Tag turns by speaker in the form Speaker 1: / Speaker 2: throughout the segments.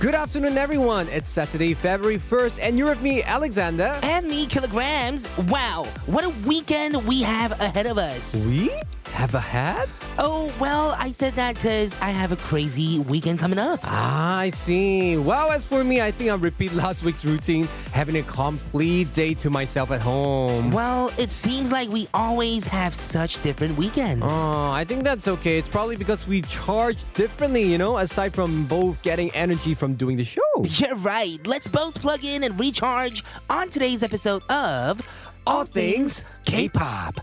Speaker 1: Good afternoon, everyone. It's Saturday, February 1st, and you're with me, Alexander.
Speaker 2: And me, Kilograms. Wow, what a weekend we have ahead of us.
Speaker 1: We have a hat?
Speaker 2: Oh, well, I said that because I have a crazy weekend coming up.
Speaker 1: Ah, I see. Well, as for me, I think I'll repeat last week's routine, having a complete day to myself at home.
Speaker 2: Well, it seems like we always have such different weekends.
Speaker 1: Oh, I think that's okay. It's probably because we charge differently, you know, aside from both getting energy from doing the show.
Speaker 2: You're right. Let's both plug in and recharge on today's episode of
Speaker 1: All Things K-Pop.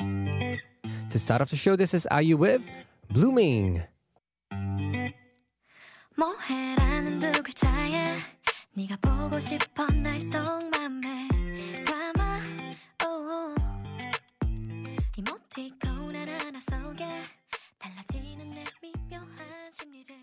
Speaker 1: To start off the show, this is IU with Blooming.
Speaker 3: 뭐해라는 두 글자에 네가 보고 싶어 날 속맘에 담아 오. 이모티콘 하나하나 속에 달라지는 내 미묘한 심리를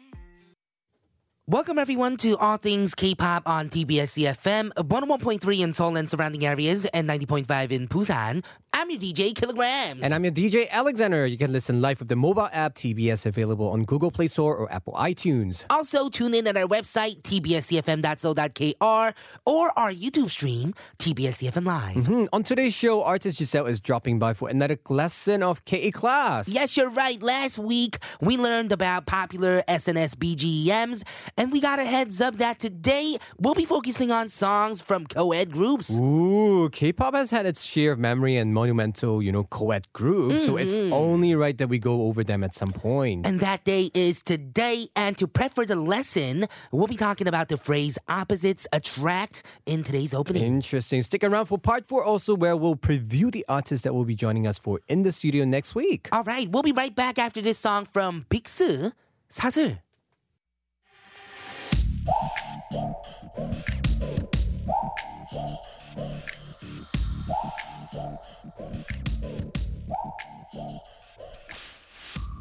Speaker 2: Welcome everyone to All Things K-pop on TBS CFM, 101.3 in Seoul and surrounding areas, and 90.5 in Busan. I'm your DJ Kilograms.
Speaker 1: And I'm your DJ Alexander. You can listen live with the mobile app TBS available on Google Play Store or Apple iTunes.
Speaker 2: also tune in at our website, tbscfm.so.kr, or our YouTube stream, tbscfm E live.
Speaker 1: Hmm, on today's show, artist Giselle is dropping by for another lesson of KE class.
Speaker 2: Yes, you're right. Last week, we learned about popular SNS BGMs, E and we got a heads up that today we'll be focusing on songs from co ed groups.
Speaker 1: Ooh, K-pop has had its share of memory and monumental, you know, co-ed groups, so it's only right that we go over them at some point.
Speaker 2: And that day is today. And to prep for the lesson, we'll be talking about the phrase opposites attract in today's opening.
Speaker 1: Interesting. Stick around for part four also where we'll preview the artists that will be joining us for in the studio next week.
Speaker 2: All right, we'll be right back after this song from Bixu, 사슬.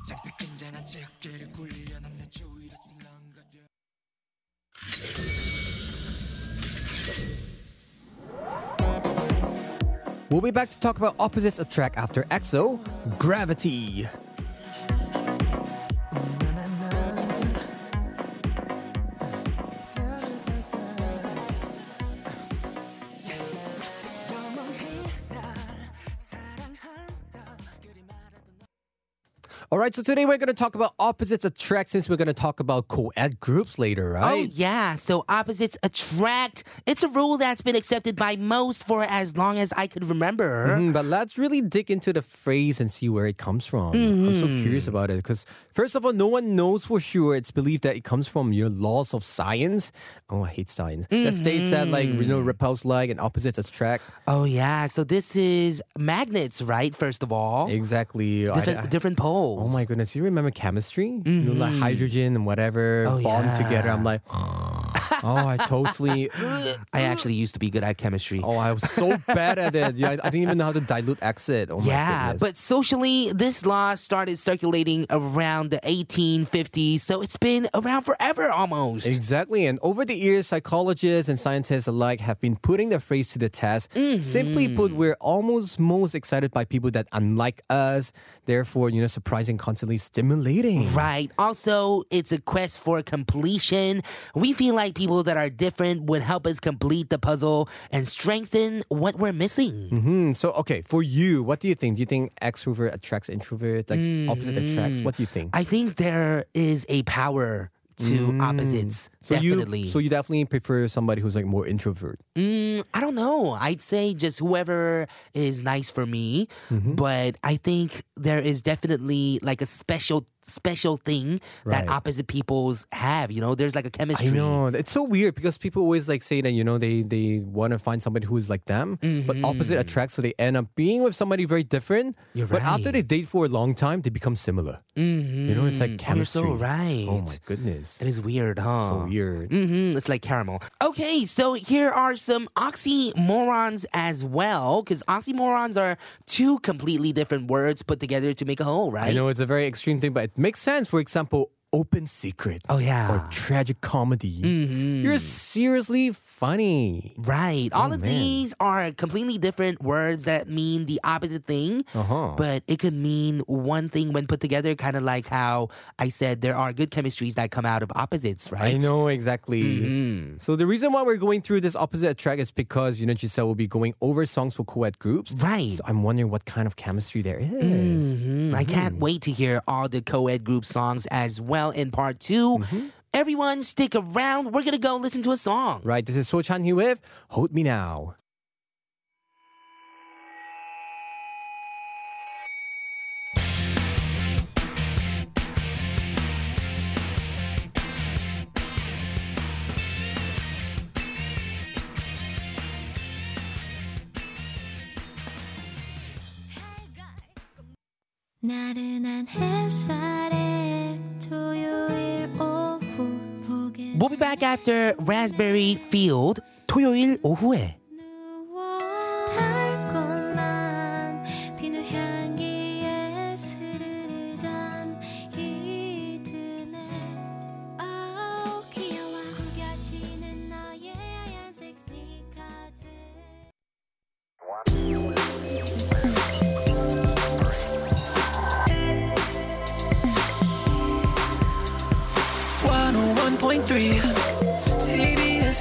Speaker 4: 잔뜩 긴장한 채 어깨를 굴려난 내 주위를 슬렁거려
Speaker 1: We'll be back to talk about opposites attract after EXO, Gravity. All right, so today we're going to talk about opposites attract since we're going to talk about co-ed groups later,
Speaker 2: Oh,
Speaker 1: right?
Speaker 2: yeah. So opposites attract. It's a rule that's been accepted by most for as long as I could remember.
Speaker 1: Mm, but let's really dig into the phrase and see where it comes from. I'm so
Speaker 2: Mm-hmm.
Speaker 1: curious about it because, first of all, no one knows for sure. It's believed that it comes from your laws of science. Oh, I hate science. That states that like you
Speaker 2: Mm-hmm.
Speaker 1: know repels like and opposites attract.
Speaker 2: Oh, yeah. So this is magnets, right? First of all,
Speaker 1: Exactly. I-
Speaker 2: Oh, different,
Speaker 1: I-
Speaker 2: different poles.
Speaker 1: oh my goodness! You remember chemistry? You know, like hydrogen and whatever
Speaker 2: Mm-hmm. Oh,
Speaker 1: bond
Speaker 2: yeah.
Speaker 1: together. I'm like, oh, I totally.
Speaker 2: I actually used to be good at chemistry.
Speaker 1: Oh, I was so bad at it. Yeah, I, I didn't even know how to dilute acid. Oh my
Speaker 2: Yeah,
Speaker 1: goodness.
Speaker 2: but socially, this law started circulating around the 1850s, so it's been around forever almost.
Speaker 1: Exactly. And over the years, psychologists and scientists alike have been putting the phrase to the test. Simply
Speaker 2: Mm-hmm.
Speaker 1: put, we're almost most excited by people that unlike us, therefore, you know, surprising, constantly stimulating.
Speaker 2: Right. Also, it's a quest for completion. We feel like people that are different would help us complete the puzzle and strengthen what we're missing.
Speaker 1: Hmm, so, okay, for you, what do you think? Do you think extrovert attracts introvert? Like opposite attracts? What do you think?
Speaker 2: Mm-hmm. I think there is a power to
Speaker 1: Mm.
Speaker 2: opposites.
Speaker 1: so
Speaker 2: definitely.
Speaker 1: you, so you definitely prefer somebody who's like more introvert.
Speaker 2: Mm, I don't know. I'd say just whoever is nice for me,
Speaker 1: Mm-hmm.
Speaker 2: but I think there is definitely like a special special thing
Speaker 1: Right.
Speaker 2: that opposite peoples have. You know, there's like a chemistry.
Speaker 1: I know it's so weird because people always like say that you know they they want to find somebody who is like them,
Speaker 2: Mm-hmm.
Speaker 1: but opposite attracts, so they end up being with somebody very different.
Speaker 2: You're
Speaker 1: But after they date for a long time, they become similar. You know, it's like
Speaker 2: Oh, you're
Speaker 1: chemistry.
Speaker 2: so
Speaker 1: Oh my
Speaker 2: right.
Speaker 1: goodness,
Speaker 2: It is weird, huh?
Speaker 1: so weird.
Speaker 2: hmm It's like caramel. Okay, so here are some oxymorons as well, because oxymorons are two completely different words put together to make a whole, right?
Speaker 1: I know it's a very extreme thing, but it makes sense. For example, open secret
Speaker 2: Oh, yeah. Mm-hmm.
Speaker 1: or tragic comedy. You're seriously funny.
Speaker 2: Right. All of
Speaker 1: Oh, man.
Speaker 2: these are completely different words that mean the opposite thing,
Speaker 1: Uh-huh.
Speaker 2: but it could mean one thing when put together, kind of like how I said there are good chemistries that come out of opposites, right? Mm-hmm.
Speaker 1: I know exactly. So the reason why we're going through this opposite track is because you know Giselle will be going over songs for co-ed groups.
Speaker 2: Right.
Speaker 1: So I'm wondering what kind of chemistry there is.
Speaker 2: Mhm. I can't wait to hear all the co ed group songs as well in part 2 Everyone, stick around. We're going to go listen to a song.
Speaker 1: Right. This is So Chan Hee with Hold Me Now.
Speaker 3: 나른한 햇살에 토요일 오후 보게
Speaker 2: We'll be back after Raspberry Field, 토요일 오후에.
Speaker 3: 누워 달콤한 비누 향기에 스르르 잠이드네 아우 귀여워 구겨시는 너의 하얀색 스니커즈
Speaker 4: oh CBS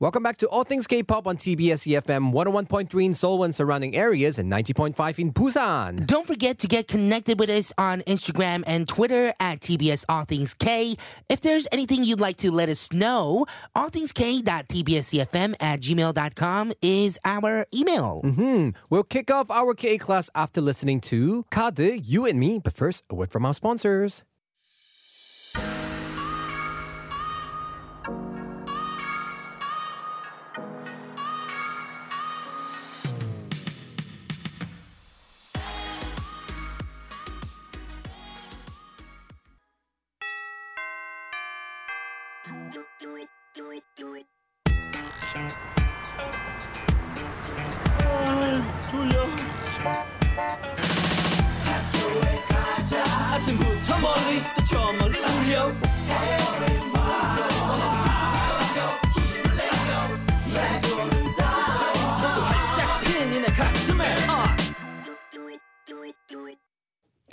Speaker 1: Welcome back to All Things K-pop on TBS EFM 101.3 in Seoul and surrounding areas and 90.5 in Busan.
Speaker 2: Don't forget to get connected with us on Instagram and Twitter at TBS All Things K. If there's anything you'd like to let us know, allthingsk.tbscfm at gmail.com is our email.
Speaker 1: We'll kick off our K class after listening to Kade, You and Me, but first, a word from our sponsors.
Speaker 5: 아침부터 멀리 또 저 멀리 울려 짝핀이네 가슴에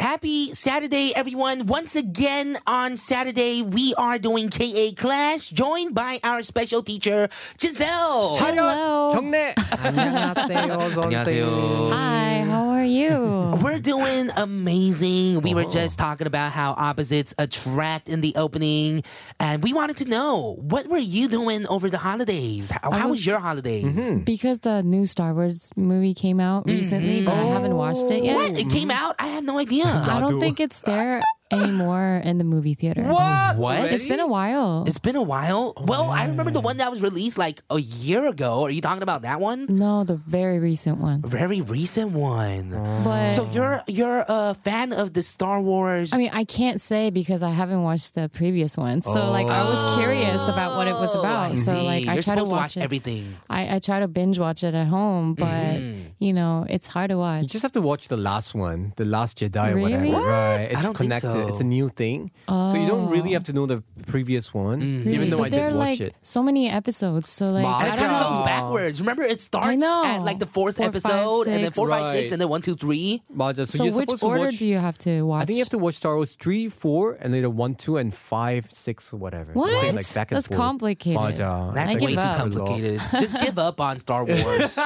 Speaker 2: Happy Saturday, everyone. Once again on Saturday, we are doing KA class, joined by our special teacher, Giselle.
Speaker 1: Hello. 경례. 안녕하세요, 선생님.
Speaker 6: Hi, how are you?
Speaker 2: We're doing amazing. We were just talking about how opposites attract in the opening, and we wanted to know what were you doing over the holidays? How, how was,
Speaker 6: was- Mm-hmm.
Speaker 2: your holidays?
Speaker 6: because the new Star Wars movie came out recently, but I haven't watched it yet.
Speaker 2: What? It came out? I had no idea.
Speaker 6: I don't think it's there anymore in the movie theater.
Speaker 1: What?
Speaker 2: What?
Speaker 6: It's been a while.
Speaker 2: It's been a while. well, I remember the one that was released like a year ago. Are you talking about that one?
Speaker 6: no, the very recent one.
Speaker 2: Very recent one.
Speaker 6: But
Speaker 2: So you're you're a fan of the Star Wars.
Speaker 6: I mean, I can't say because I haven't watched the previous one. So like I was curious about what it was
Speaker 1: Oh,
Speaker 6: about.
Speaker 2: Oh, I
Speaker 6: so
Speaker 2: see.
Speaker 6: like I
Speaker 2: you're
Speaker 6: try to
Speaker 2: supposed
Speaker 6: watch,
Speaker 2: to watch
Speaker 6: it.
Speaker 2: everything.
Speaker 6: I, I try to binge watch it at home, but you know, it's hard to
Speaker 1: You
Speaker 6: watch.
Speaker 1: Mm-hmm. just have to watch the last one, the last Jedi, or whatever.
Speaker 6: Really? What?
Speaker 1: Right? It's
Speaker 2: I don't think
Speaker 1: connected.
Speaker 2: so.
Speaker 1: It's a new thing, so you don't really have to know the previous one, even
Speaker 6: Oh.
Speaker 2: Mm-hmm.
Speaker 6: Really?
Speaker 1: though
Speaker 6: but
Speaker 1: I
Speaker 6: there
Speaker 1: did
Speaker 6: are
Speaker 1: watch
Speaker 6: like
Speaker 1: it.
Speaker 6: so many episodes. So like
Speaker 1: Wow.
Speaker 2: And
Speaker 6: I
Speaker 2: it
Speaker 6: don't
Speaker 2: kind of
Speaker 6: know.
Speaker 2: goes backwards. Remember, it starts
Speaker 6: know.
Speaker 2: at like the fourth
Speaker 6: Four, five,
Speaker 2: episode, and then
Speaker 6: six.
Speaker 2: four, five, six,
Speaker 1: Right.
Speaker 2: and then one, two, three.
Speaker 1: Maja, so,
Speaker 6: So
Speaker 1: you're
Speaker 6: which
Speaker 1: supposed
Speaker 6: order
Speaker 1: to watch.
Speaker 6: do you have to watch?
Speaker 1: I think you have to watch Star Wars three, four, and later one, two, and five, six, or whatever.
Speaker 6: What?
Speaker 1: Like, like back and
Speaker 6: That's
Speaker 1: forth.
Speaker 6: complicated.
Speaker 1: Maja.
Speaker 2: That's
Speaker 6: I
Speaker 2: way too
Speaker 6: give up.
Speaker 2: complicated. Just give up on Star Wars.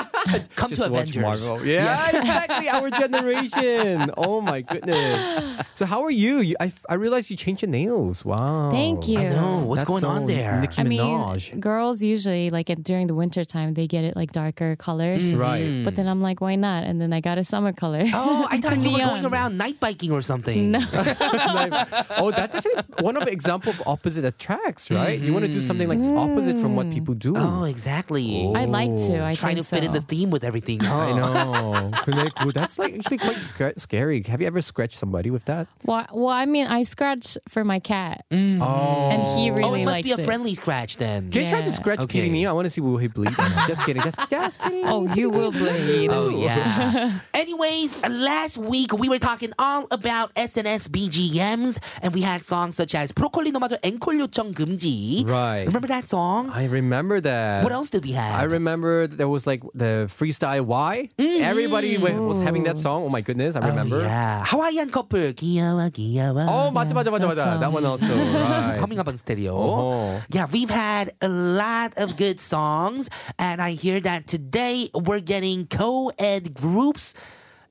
Speaker 2: Come
Speaker 1: Just
Speaker 2: to
Speaker 1: watch
Speaker 2: Avengers.
Speaker 1: Margot. Yeah, exactly. Our generation. Oh my goodness. So how are you? You- I, I realized you changed your nails. Wow.
Speaker 6: Thank you.
Speaker 2: I know. What's
Speaker 1: That's
Speaker 2: going
Speaker 1: so
Speaker 2: on there?
Speaker 1: Nicki
Speaker 6: I mean,
Speaker 1: Minaj.
Speaker 6: girls usually like at, during the winter time they get it like darker colors.
Speaker 1: Mm,
Speaker 2: Mm-hmm.
Speaker 1: Right.
Speaker 6: But then I'm like, why not? And then I got a summer color.
Speaker 2: Oh, I thought you were
Speaker 6: Neon.
Speaker 2: going around night biking or something.
Speaker 6: No.
Speaker 1: Like, oh, that's actually one of the example of opposite attracts, right? You want to do something like opposite from what people do.
Speaker 2: Mm-hmm. Oh, exactly.
Speaker 6: I'd like to.
Speaker 1: Oh.
Speaker 6: I
Speaker 2: Trying to
Speaker 6: think
Speaker 2: fit in
Speaker 6: so.
Speaker 2: the theme with everything. huh?
Speaker 1: I know. 근데 그거- that's like actually quite sca- scary. Have you ever scratched somebody with that?
Speaker 6: Well, well, I mean, I scratch for my cat,
Speaker 1: Oh.
Speaker 6: and he really
Speaker 2: Mm-hmm. Oh, it must
Speaker 6: likes
Speaker 2: be a
Speaker 6: it.
Speaker 2: friendly scratch then.
Speaker 1: Can you try to
Speaker 6: Yeah.
Speaker 1: scratch
Speaker 2: Okay.
Speaker 1: okay. I want to see will he bleed. just kidding. Just, just kidding.
Speaker 6: Oh, you will bleed.
Speaker 2: Oh yeah. Anyways, last week we were talking all about SNS BGMs, and we had songs such as "Broccoli 넘어져 앵콜 요청 금지."
Speaker 1: Right.
Speaker 2: Remember that song?
Speaker 1: I remember that.
Speaker 2: what else did we have?
Speaker 1: I remember there was like the freestyle Y. Everybody wa- was having that song. Oh my goodness, I remember.
Speaker 2: Mm-hmm. Oh, yeah. Hawaiian couple. 귀여워, 귀여워.
Speaker 1: Oh, 맞아, 맞아, 맞아, 맞아.
Speaker 6: that
Speaker 1: That
Speaker 6: song.
Speaker 1: one also. Right.
Speaker 2: Humming up on stereo.
Speaker 1: Oh.
Speaker 2: Yeah, we've had a lot of good songs, and I hear that today we're getting co-ed groups.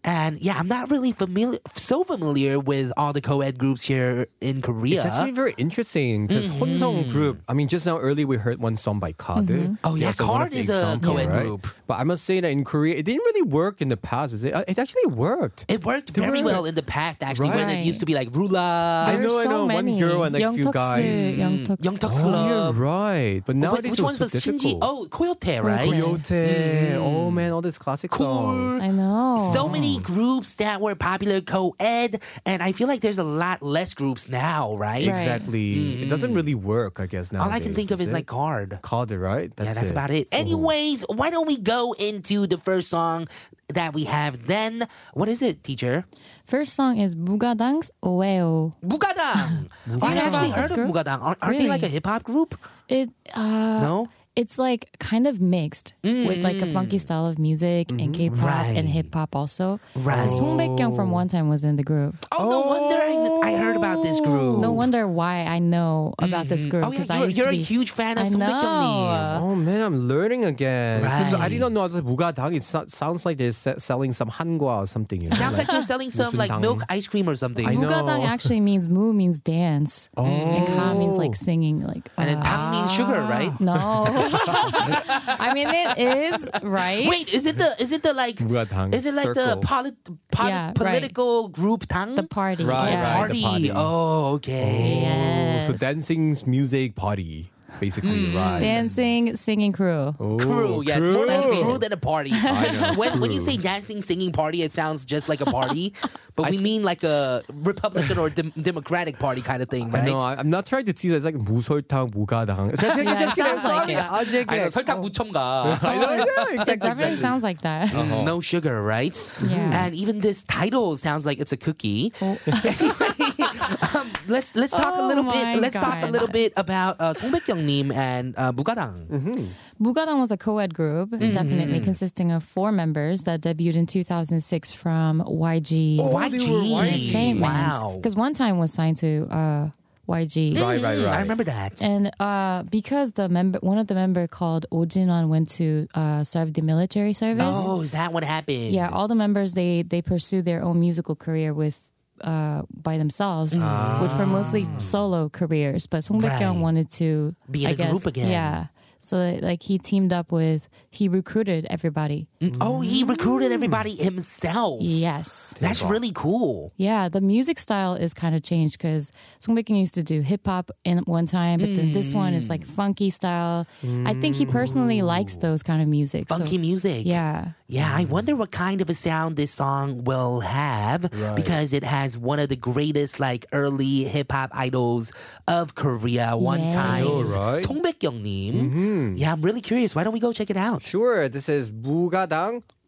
Speaker 2: And yeah, I'm not really familiar, so familiar with all the co-ed groups here in Korea.
Speaker 1: It's actually very interesting because
Speaker 2: Mm-hmm.
Speaker 1: Honsong group. I mean, just now early we heard one song by Card.
Speaker 2: Oh, yeah, Card is a co-ed
Speaker 1: right?
Speaker 2: group.
Speaker 1: But I must say that in Korea, it didn't really work in the past. Is it? Uh, It actually worked.
Speaker 2: It worked very
Speaker 1: were-
Speaker 2: well in the past, actually, when it
Speaker 6: Right.
Speaker 2: used to be like Rula,
Speaker 1: I know,
Speaker 6: There's
Speaker 1: I
Speaker 6: so
Speaker 1: know. One
Speaker 6: many.
Speaker 1: girl and like few
Speaker 6: Youngtuksu,
Speaker 1: guys.
Speaker 6: Youngtuksu.
Speaker 2: Youngtuksu.
Speaker 1: Oh, you're
Speaker 2: Club.
Speaker 1: right. But
Speaker 2: Wait,
Speaker 1: nowadays
Speaker 2: which
Speaker 1: it
Speaker 2: one's
Speaker 1: was
Speaker 2: the
Speaker 1: so
Speaker 2: Shinji?
Speaker 1: difficult.
Speaker 2: Oh, Mm-hmm. Koyote, right?
Speaker 6: Koyote.
Speaker 1: Yote. Oh man, all these classic songs.
Speaker 6: I know.
Speaker 2: So many groups that were popular co-ed, and I feel like there's a lot less groups now, right? Mm-hmm.
Speaker 6: Right.
Speaker 1: Exactly. It doesn't really work, I guess. Now
Speaker 2: All I can think of is like card.
Speaker 1: called it Mm-hmm. right. That's
Speaker 2: yeah, that's about it. Anyways, why don't we go into the first song that we have then? What is it, teacher?
Speaker 6: First song is Mugadang's Oeo.
Speaker 2: Mugadang. I actually
Speaker 6: know about
Speaker 2: heard
Speaker 6: this
Speaker 2: of
Speaker 6: group?
Speaker 2: Mugadang. Aren't, aren't they like a
Speaker 6: Really?
Speaker 2: hip hop group?
Speaker 6: It uh,
Speaker 2: No?
Speaker 6: it's like kind of mixed with like a funky style of music and
Speaker 2: Mm.
Speaker 6: K-pop
Speaker 2: Mm-hmm. Right.
Speaker 6: and hip hop also.
Speaker 2: Right.
Speaker 6: Song Baekhyun from one time was in the group.
Speaker 2: Oh, no wonder I, kn- I heard about this group.
Speaker 6: Oh. No wonder why I know about this group
Speaker 2: Oh, yeah,
Speaker 6: because I
Speaker 2: you're,
Speaker 6: used
Speaker 2: you're
Speaker 6: to
Speaker 2: a
Speaker 6: be
Speaker 2: huge fan of
Speaker 6: I
Speaker 2: Song
Speaker 6: know.
Speaker 1: Oh man, I'm learning again. 'Cause I
Speaker 2: Right.
Speaker 1: did not know that Mugadang. It so- sounds like they're se- selling some hangwa or something. You know,
Speaker 2: Sounds like you're selling some like
Speaker 1: Musultang.
Speaker 2: milk ice cream or something.
Speaker 1: I know.
Speaker 6: Mugadang actually means mu means dance and ka means
Speaker 1: Oh.
Speaker 6: like singing like
Speaker 2: And then
Speaker 6: uh,
Speaker 2: tang means sugar, right?
Speaker 6: no. I mean it is right.
Speaker 2: Wait, is it the is it the like
Speaker 1: Mugadang
Speaker 2: is it like
Speaker 1: circle.
Speaker 2: the polit, polit,
Speaker 6: Yeah, right.
Speaker 2: political group tang?
Speaker 6: the party?
Speaker 1: Right,
Speaker 6: yeah.
Speaker 1: right.
Speaker 2: party.
Speaker 1: the party.
Speaker 2: Oh, okay.
Speaker 1: Oh, so
Speaker 6: Yes.
Speaker 1: dancing's music party, basically,
Speaker 6: Mm,
Speaker 1: right?
Speaker 6: Dancing, singing crew.
Speaker 1: Oh,
Speaker 2: Crew, yes, more like a
Speaker 1: crew.
Speaker 2: crew than a party.
Speaker 1: I know,
Speaker 2: when when you
Speaker 1: crew.
Speaker 2: say dancing, singing party, it sounds just like a party, but we mean like a Republican or dem- Democratic party kind of thing, right?
Speaker 1: I know. I, I'm not trying to tease. It's like 무설탕 무가당. Just kidding,
Speaker 6: Yeah,
Speaker 1: just
Speaker 6: it
Speaker 1: kidding. I'm
Speaker 6: sounds like
Speaker 1: sorry.
Speaker 6: it.
Speaker 1: I'll take
Speaker 2: I know,
Speaker 1: it.
Speaker 2: 설탕 무첨가.
Speaker 1: I know, I know,
Speaker 6: It
Speaker 1: exactly,
Speaker 6: definitely
Speaker 1: exactly.
Speaker 6: sounds like that.
Speaker 2: No sugar, right?
Speaker 6: Yeah.
Speaker 2: And even this title sounds like it's a cookie. um, let's let's talk a
Speaker 6: Oh
Speaker 2: little
Speaker 6: my
Speaker 2: bit. Let's talk a
Speaker 6: God.
Speaker 2: little bit about uh, Song Baekhyun-nim and uh, Mugadang.
Speaker 1: Mm-hmm.
Speaker 6: Mugadang was a co-ed group,
Speaker 2: Mm-hmm.
Speaker 6: definitely consisting of four members that debuted in 2006 from YG
Speaker 1: Oh, they were
Speaker 2: YG.
Speaker 1: YG.
Speaker 6: Entertainment.
Speaker 2: Wow.
Speaker 6: Because one time was signed to uh, YG.
Speaker 1: Right, right,
Speaker 2: Mm, I
Speaker 1: right.
Speaker 2: remember that.
Speaker 6: And uh, because the member, one of the member called Oh Jinon went to uh, serve the military service.
Speaker 2: Oh, is that what happened?
Speaker 6: Yeah, all the members they they pursued their own musical career with uh, by themselves, which were mostly solo careers. But Song Baekhyun
Speaker 2: Ah. Right.
Speaker 6: wanted to
Speaker 2: Be in
Speaker 6: I
Speaker 2: a
Speaker 6: guess,
Speaker 2: group again.
Speaker 6: Yeah, so like he teamed up with he recruited everybody.
Speaker 2: Oh, he recruited everybody
Speaker 6: Mm.
Speaker 2: himself.
Speaker 6: Yes.
Speaker 2: That's really cool.
Speaker 6: Yeah, the music style is kind of changed because Song Baekhyun used to do hip hop in one time, but then this one is like funky style. I think he personally likes those kind of music. so-
Speaker 2: Funky music.
Speaker 6: yeah.
Speaker 2: Yeah, I wonder what kind of a sound this song will have because it has one of the greatest like early hip hop idols of Korea one
Speaker 6: Yes.
Speaker 2: time.
Speaker 1: know, right? Mm-hmm.
Speaker 2: Song Baekhyun-nim. Yeah, I'm really curious. Why don't we go check it out?
Speaker 1: Sure, this is 무가당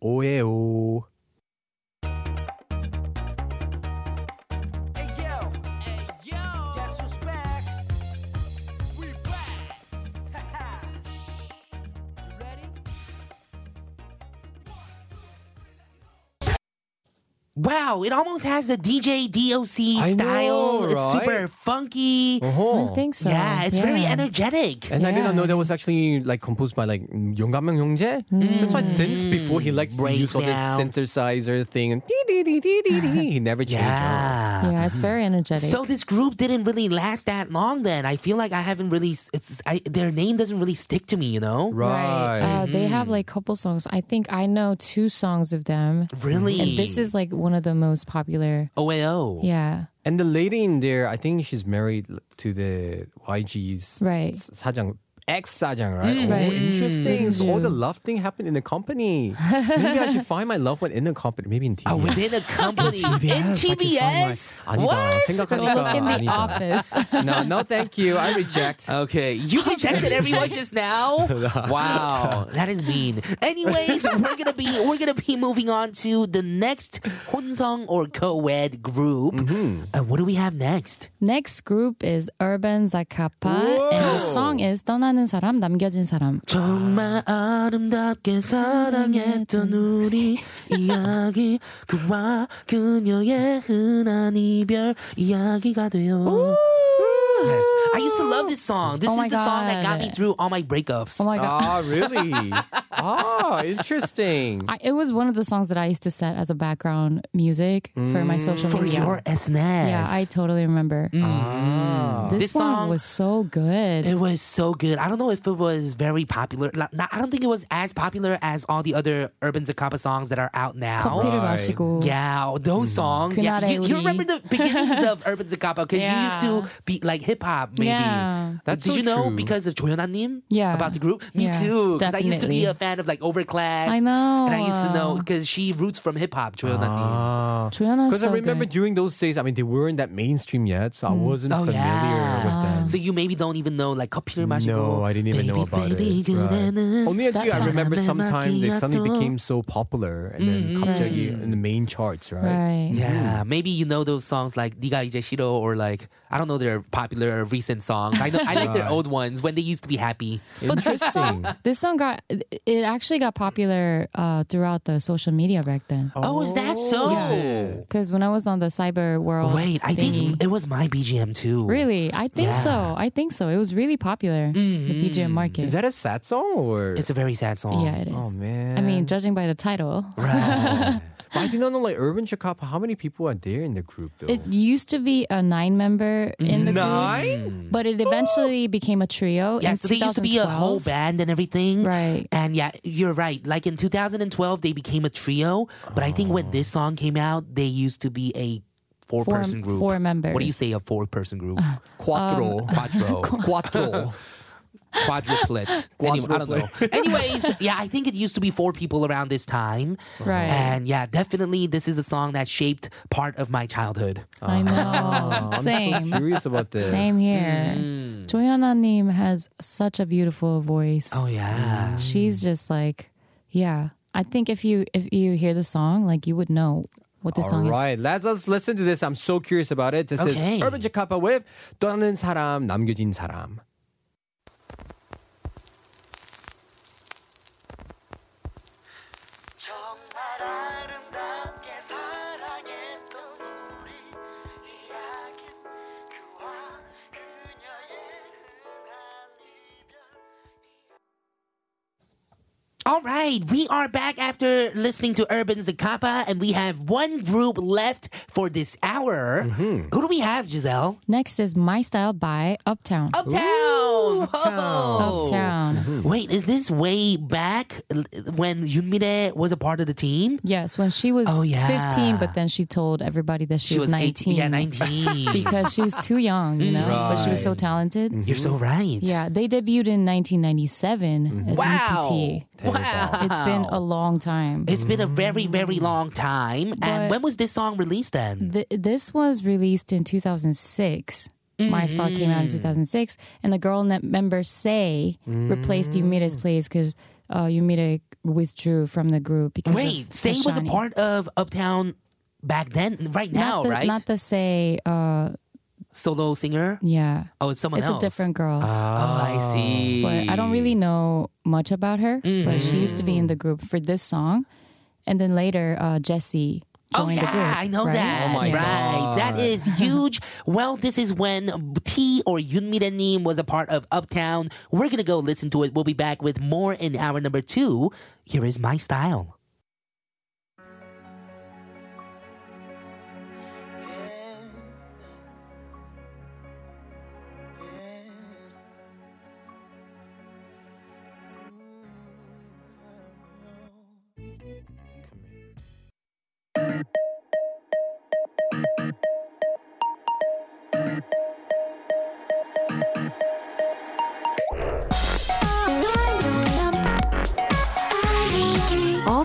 Speaker 1: 오에오.
Speaker 5: Hey yo, hey yo, guess who's back? We back. Haha. You ready?
Speaker 2: Wow, it almost has the DJ DOC
Speaker 1: I know,
Speaker 2: style. It's
Speaker 1: right?
Speaker 2: super funky.
Speaker 6: I
Speaker 1: Oh.
Speaker 6: don't think so.
Speaker 2: yeah, it's very energetic.
Speaker 1: And I did not
Speaker 6: Yeah.
Speaker 1: know that was actually like composed by like 영감명 형제.
Speaker 6: Mm.
Speaker 1: That's why since before he likes to use all this
Speaker 2: Breakdown.
Speaker 1: synthesizer thing and dee, dee, dee, dee, dee, dee. he never changed. up.
Speaker 2: Yeah.
Speaker 6: Yeah, it's very energetic.
Speaker 2: So this group didn't really last that long. Then I feel like I haven't really. s- It's I, their name doesn't really stick to me. You know,
Speaker 1: Right.
Speaker 6: Uh, they
Speaker 2: Mm-hmm.
Speaker 6: have like couple songs. I think I know two songs of them.
Speaker 2: really.
Speaker 6: And this is like one of the most popular.
Speaker 2: OAO.
Speaker 6: Yeah.
Speaker 1: and the lady in there, I think she's married to the YG's
Speaker 6: Right.
Speaker 1: s- sajang. Ex sajang, right? oh,
Speaker 6: Right.
Speaker 1: interesting. So all
Speaker 6: Mm.
Speaker 1: the love thing happened in the company. Maybe I should find my love one in the company. Maybe in TV.
Speaker 2: Oh, within a company in
Speaker 1: Yes, I can find
Speaker 2: TBS.
Speaker 1: my- 아니다.
Speaker 2: What?
Speaker 6: Go
Speaker 1: 생각하니까
Speaker 6: look in the
Speaker 1: 아니다.
Speaker 6: office.
Speaker 1: No, no, thank you. I reject.
Speaker 2: Okay, you rejected everyone just now. Wow, that is mean. Anyways, we're gonna be we're gonna be moving on to the next Hunsung or co-ed group.
Speaker 1: Mm-hmm.
Speaker 2: Uh, what do we have next?
Speaker 6: Next group is Urban Zacapa, and the song is 떠나는 사람 남겨진 사람.
Speaker 2: 정말 아름답게 사랑했던 우리 이야기 그와 그녀의 흔한 이별 이야기가 돼요. Yes, I used to love this song. This
Speaker 6: Oh
Speaker 2: is
Speaker 6: my
Speaker 2: the song that got me
Speaker 6: God.
Speaker 2: through all my breakups.
Speaker 6: Oh my god.
Speaker 1: Ah, really? ah, interesting.
Speaker 6: I, it was one of the songs that I used to set as a background music for my social
Speaker 2: Mm. For
Speaker 6: media.
Speaker 2: your SNS.
Speaker 6: yeah, I totally remember.
Speaker 1: Ah.
Speaker 6: This,
Speaker 2: This
Speaker 6: one
Speaker 2: song-
Speaker 6: was so good.
Speaker 2: It was so good. I don't know if it was very popular. Like, not- I don't think it was as popular as all the other Urban Zacapa songs that are out now.
Speaker 6: 커피를
Speaker 1: Right.
Speaker 6: 마시고.
Speaker 2: Yeah, those songs. Yeah,
Speaker 6: 그날의
Speaker 2: you, you
Speaker 6: 우리.
Speaker 2: remember the beginnings of Urban Zacapa because you used to
Speaker 6: Yeah.
Speaker 2: be like hip hop, maybe.
Speaker 6: Yeah.
Speaker 1: That's
Speaker 2: Did
Speaker 1: so
Speaker 2: you know
Speaker 1: true.
Speaker 2: because of Choyeon Nim?
Speaker 6: Yeah.
Speaker 2: About the group? Me
Speaker 6: Yeah,
Speaker 2: too. Because I used to be a
Speaker 6: definitely.
Speaker 2: fan of like Overclass.
Speaker 6: I know.
Speaker 2: And I used to know because she roots from hip hop, Choyeon Nim.
Speaker 1: Ah.
Speaker 6: 조연아
Speaker 1: Because I
Speaker 6: so
Speaker 1: remember
Speaker 6: good. Mm.
Speaker 1: during those days, I mean, they weren't that mainstream yet, so I wasn't
Speaker 2: Oh,
Speaker 1: familiar
Speaker 2: yeah.
Speaker 1: with them.
Speaker 2: So you maybe don't even know like 커피를 마시고
Speaker 1: no, I didn't even know
Speaker 2: baby,
Speaker 1: about
Speaker 2: baby, uh,
Speaker 1: it. Right.
Speaker 2: 그대는
Speaker 1: Only actually, Oh, I
Speaker 6: That's
Speaker 1: remember
Speaker 2: all.
Speaker 1: sometime they suddenly
Speaker 2: Makiato.
Speaker 1: became so popular, and then 갑자기 in the main charts, right?
Speaker 6: Mm-hmm. Right.
Speaker 2: Yeah, maybe you know those songs like "네가 이제 싫어" or like I don't know their popular recent songs. I know I like their old ones when they used to be happy.
Speaker 6: But this song, this song got it actually got popular uh, throughout the social media back then.
Speaker 2: Oh, is that so?
Speaker 6: Because when I was on the cyber world,
Speaker 2: Wait, I think
Speaker 6: thingy-
Speaker 2: it was my BGM too.
Speaker 6: really, I think so. I think so. It was really popular
Speaker 2: Mm-hmm.
Speaker 6: the PGM market.
Speaker 1: Is that a sad song or?
Speaker 2: It's a very sad song.
Speaker 6: yeah, it is.
Speaker 1: oh man.
Speaker 6: I mean, judging by the title,
Speaker 2: Right.
Speaker 1: but I did not know like Urban Chakapa. How many people are there in the group though?
Speaker 6: it used to be a nine member in the
Speaker 1: Nine.
Speaker 6: group, but it eventually became a trio.
Speaker 2: Oh. yeah,
Speaker 6: in
Speaker 2: so they used to be a whole
Speaker 6: 2012.
Speaker 2: band and everything.
Speaker 6: Right.
Speaker 2: And yeah, you're right. Like in 2012, they became a trio. But I think when this song came out, they used to be a four-person group.
Speaker 6: four members. Uh.
Speaker 2: What do you say a four-person group?
Speaker 1: Quattro.
Speaker 6: um,
Speaker 2: Quattro.
Speaker 1: Quattro.
Speaker 2: quadruplet. Anyway, I don't know. Anyways, yeah, I think it used to be four people around this time.
Speaker 6: Right.
Speaker 2: And yeah, definitely this is a song that shaped part of my childhood.
Speaker 6: I
Speaker 2: Oh.
Speaker 6: know.
Speaker 1: Oh, I'm
Speaker 6: Same.
Speaker 1: curious about this.
Speaker 6: Same here. Joyana Nim has such a beautiful voice.
Speaker 2: Mm. Oh yeah.
Speaker 6: She's just like, yeah. I think if you if you hear the song, like you would know what the
Speaker 1: All
Speaker 6: song is.
Speaker 1: right, let's, let's listen to this. I'm so curious about it. This
Speaker 2: Okay.
Speaker 1: is Urban Jakarta with 떠나는 사람 남겨진 사람.
Speaker 4: 정말 아름답게 사랑했던 우리 이야기 그와 그녀의 흔한 이별
Speaker 2: All right, we are back after listening to Urban Zacapa, and we have one group left for this hour. Who do we have, Giselle?
Speaker 6: Next is My Style by Uptown.
Speaker 2: Uptown. Whoa.
Speaker 6: Uptown.
Speaker 2: Wait, is this way back l- when Yunmire was a part of the team?
Speaker 6: Yes, when she was
Speaker 2: Oh, yeah.
Speaker 6: 15, but then she told everybody that she, was 19.
Speaker 2: 18 Yeah, Mm. 19.
Speaker 6: because she was too young, you know, but she was so talented.
Speaker 2: You're so right.
Speaker 6: Yeah, they debuted in 1997 as
Speaker 2: Wow.
Speaker 6: EPT.
Speaker 2: Wow.
Speaker 6: It's been a long time.
Speaker 2: It's been a very, very long time. and
Speaker 6: But-
Speaker 2: when was this song released then?
Speaker 6: Th- this was released in 2006. My Star came out in
Speaker 2: Mm.
Speaker 6: 2006, and the girl ne- member Say replaced
Speaker 2: Mm.
Speaker 6: Yumire's place because uh, Yumire withdrew from the group because of
Speaker 2: Wait, Say was a
Speaker 6: Ashani.
Speaker 2: part of Uptown back then, right now,
Speaker 6: not the,
Speaker 2: right?
Speaker 6: Not the Say. Uh,
Speaker 2: Solo singer?
Speaker 6: yeah,
Speaker 2: Oh, it's someone
Speaker 6: it's
Speaker 2: else. Mm.
Speaker 6: a different girl.
Speaker 2: Oh, I see.
Speaker 6: but I don't really know much
Speaker 2: Mm.
Speaker 6: about her. But she used to be in the group for this song, and then later uh, Jesse
Speaker 2: Oh
Speaker 7: joined
Speaker 2: yeah,
Speaker 7: the group.
Speaker 2: I know
Speaker 7: right?
Speaker 2: that.
Speaker 1: Oh my
Speaker 2: right,
Speaker 1: God.
Speaker 2: that is huge. well, this is when T or Yoonmi Danim was a part of Uptown. We're gonna go listen to it. We'll be back with more in hour number two. Here is my style.
Speaker 6: All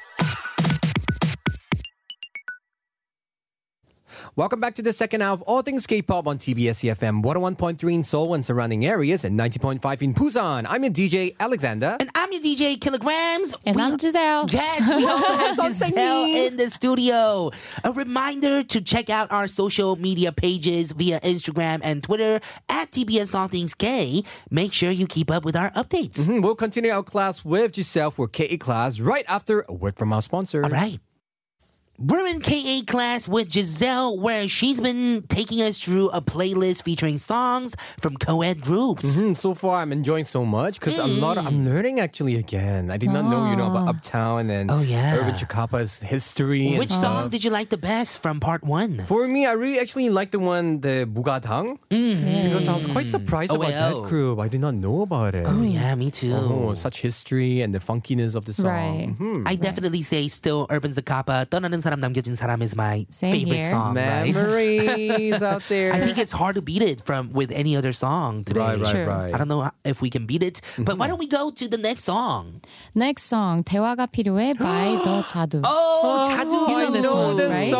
Speaker 1: Welcome back to the second hour of All Things K-pop on TBS E EFM 101.3 in Seoul and surrounding areas and 90.5 in Busan. I'm your DJ Alexander.
Speaker 2: And I'm your DJ Kilograms.
Speaker 7: And
Speaker 2: We-
Speaker 7: I'm Giselle.
Speaker 2: Yes, we also have
Speaker 1: Something
Speaker 2: Giselle
Speaker 1: new.
Speaker 2: in the studio. A reminder to check out our social media pages via Instagram and Twitter at TBS All Things K. Make sure you keep up with our updates.
Speaker 1: Mhm, We'll continue our class with Giselle for KE class right after a word from our sponsor.
Speaker 2: All right. We're in KA class with Giselle, where she's been taking us through a playlist featuring songs from co ed groups.
Speaker 1: Mhm, so far, I'm enjoying so much because a lot. Of, I'm learning actually again. I did not know, you know, about Uptown and
Speaker 2: Oh, yeah.
Speaker 1: Urban Chicapa's history. and
Speaker 2: Which
Speaker 1: stuff.
Speaker 2: song did you like the best from part one?
Speaker 1: For me, I really actually like the one the Bugadang
Speaker 2: Mm-hmm.
Speaker 1: because I was quite surprised about
Speaker 2: OAO.
Speaker 1: that group. I did not know about it.
Speaker 2: Oh, yeah, me too.
Speaker 1: Oh, such history and the funkiness of the song.
Speaker 7: Right.
Speaker 1: Mhm.
Speaker 2: I definitely say still Urban Zacapa, 떠나는 사람 남겨진 사람 is my
Speaker 7: Same
Speaker 2: favorite
Speaker 7: here.
Speaker 2: song. right?
Speaker 1: Memories out there.
Speaker 2: I think it's hard to beat it from with any other song today.
Speaker 1: right, right,
Speaker 7: True.
Speaker 1: right.
Speaker 2: I don't know if we can beat it, but why don't we go to the next song?
Speaker 7: Next song, 대화가 필요해 by The Jadu.
Speaker 2: Oh, Chadu,
Speaker 7: you know this one, right?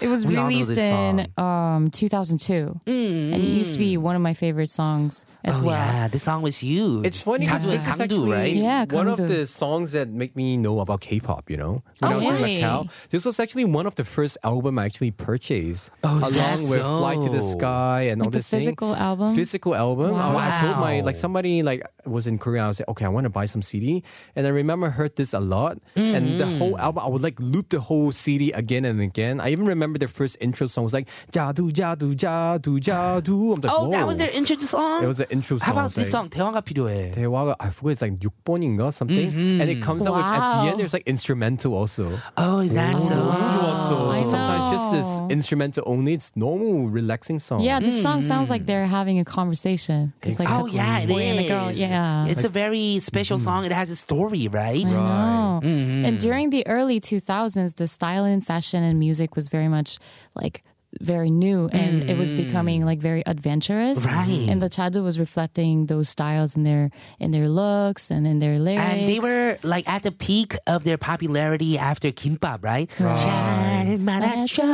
Speaker 7: It was
Speaker 2: We all know
Speaker 7: released
Speaker 2: this
Speaker 7: in um, 2002, and it used to be one of my favorite songs as
Speaker 2: Oh,
Speaker 7: well.
Speaker 2: Yeah, this song was huge.
Speaker 1: It's funny because
Speaker 2: Chadu
Speaker 1: this
Speaker 2: and
Speaker 1: is
Speaker 2: Kangdu,
Speaker 1: actually
Speaker 2: right?
Speaker 7: Yeah,
Speaker 1: one of
Speaker 7: Gangdu.
Speaker 1: the songs that make me know about K-pop. You know, when I
Speaker 7: Oh,
Speaker 1: was in
Speaker 7: really?
Speaker 1: Macau, this was actually one of the first album I actually purchased,
Speaker 2: Oh, is
Speaker 1: along
Speaker 2: that
Speaker 1: with "Fly to the
Speaker 2: so?
Speaker 1: Sky" and all
Speaker 7: Like the
Speaker 1: this thing.
Speaker 7: physical album?
Speaker 1: Physical album. I- I, told my
Speaker 2: Wow.
Speaker 1: like somebody like was in Korea. I was like, okay, I want to buy some CD, and I remember I heard this a lot, and the
Speaker 2: Mm-hmm.
Speaker 1: whole album. I would like loop the whole CD again and again. I even remember the first intro song was like "Jadu Jadu Jadu Jadu." I'm like,
Speaker 2: Oh, that was
Speaker 1: "Whoa."
Speaker 2: their intro song.
Speaker 1: It was an intro
Speaker 2: How
Speaker 1: song,
Speaker 2: about
Speaker 1: like-
Speaker 2: this song? 대화가 필요해.
Speaker 1: 대화가 I forgot it's like 6번인가 something and it comes out with at the
Speaker 7: Wow.
Speaker 1: end there's like instrumental also
Speaker 2: Oh, is that so?
Speaker 1: 너무 좋았어.
Speaker 7: I
Speaker 1: So sometimes just
Speaker 7: know.
Speaker 1: this instrumental only it's normal relaxing song
Speaker 7: Yeah, this song sounds like they're having a conversation. 'Cause, like,
Speaker 2: Mm-hmm. Oh yeah, it is.
Speaker 7: boy and a girl, yeah.
Speaker 2: It's a very special
Speaker 1: mm-hmm.
Speaker 2: song. It has a story, right? Mm-hmm.
Speaker 7: I know. And during the early 2000s, the style and fashion and music was very much like very new and it was becoming like very adventurous.
Speaker 2: Mm. Right.
Speaker 7: And the Chadu was reflecting those styles in their in their looks and in their lyrics.
Speaker 2: And they were like at the peak of their popularity after Kimbap, right? 잘 말아줘.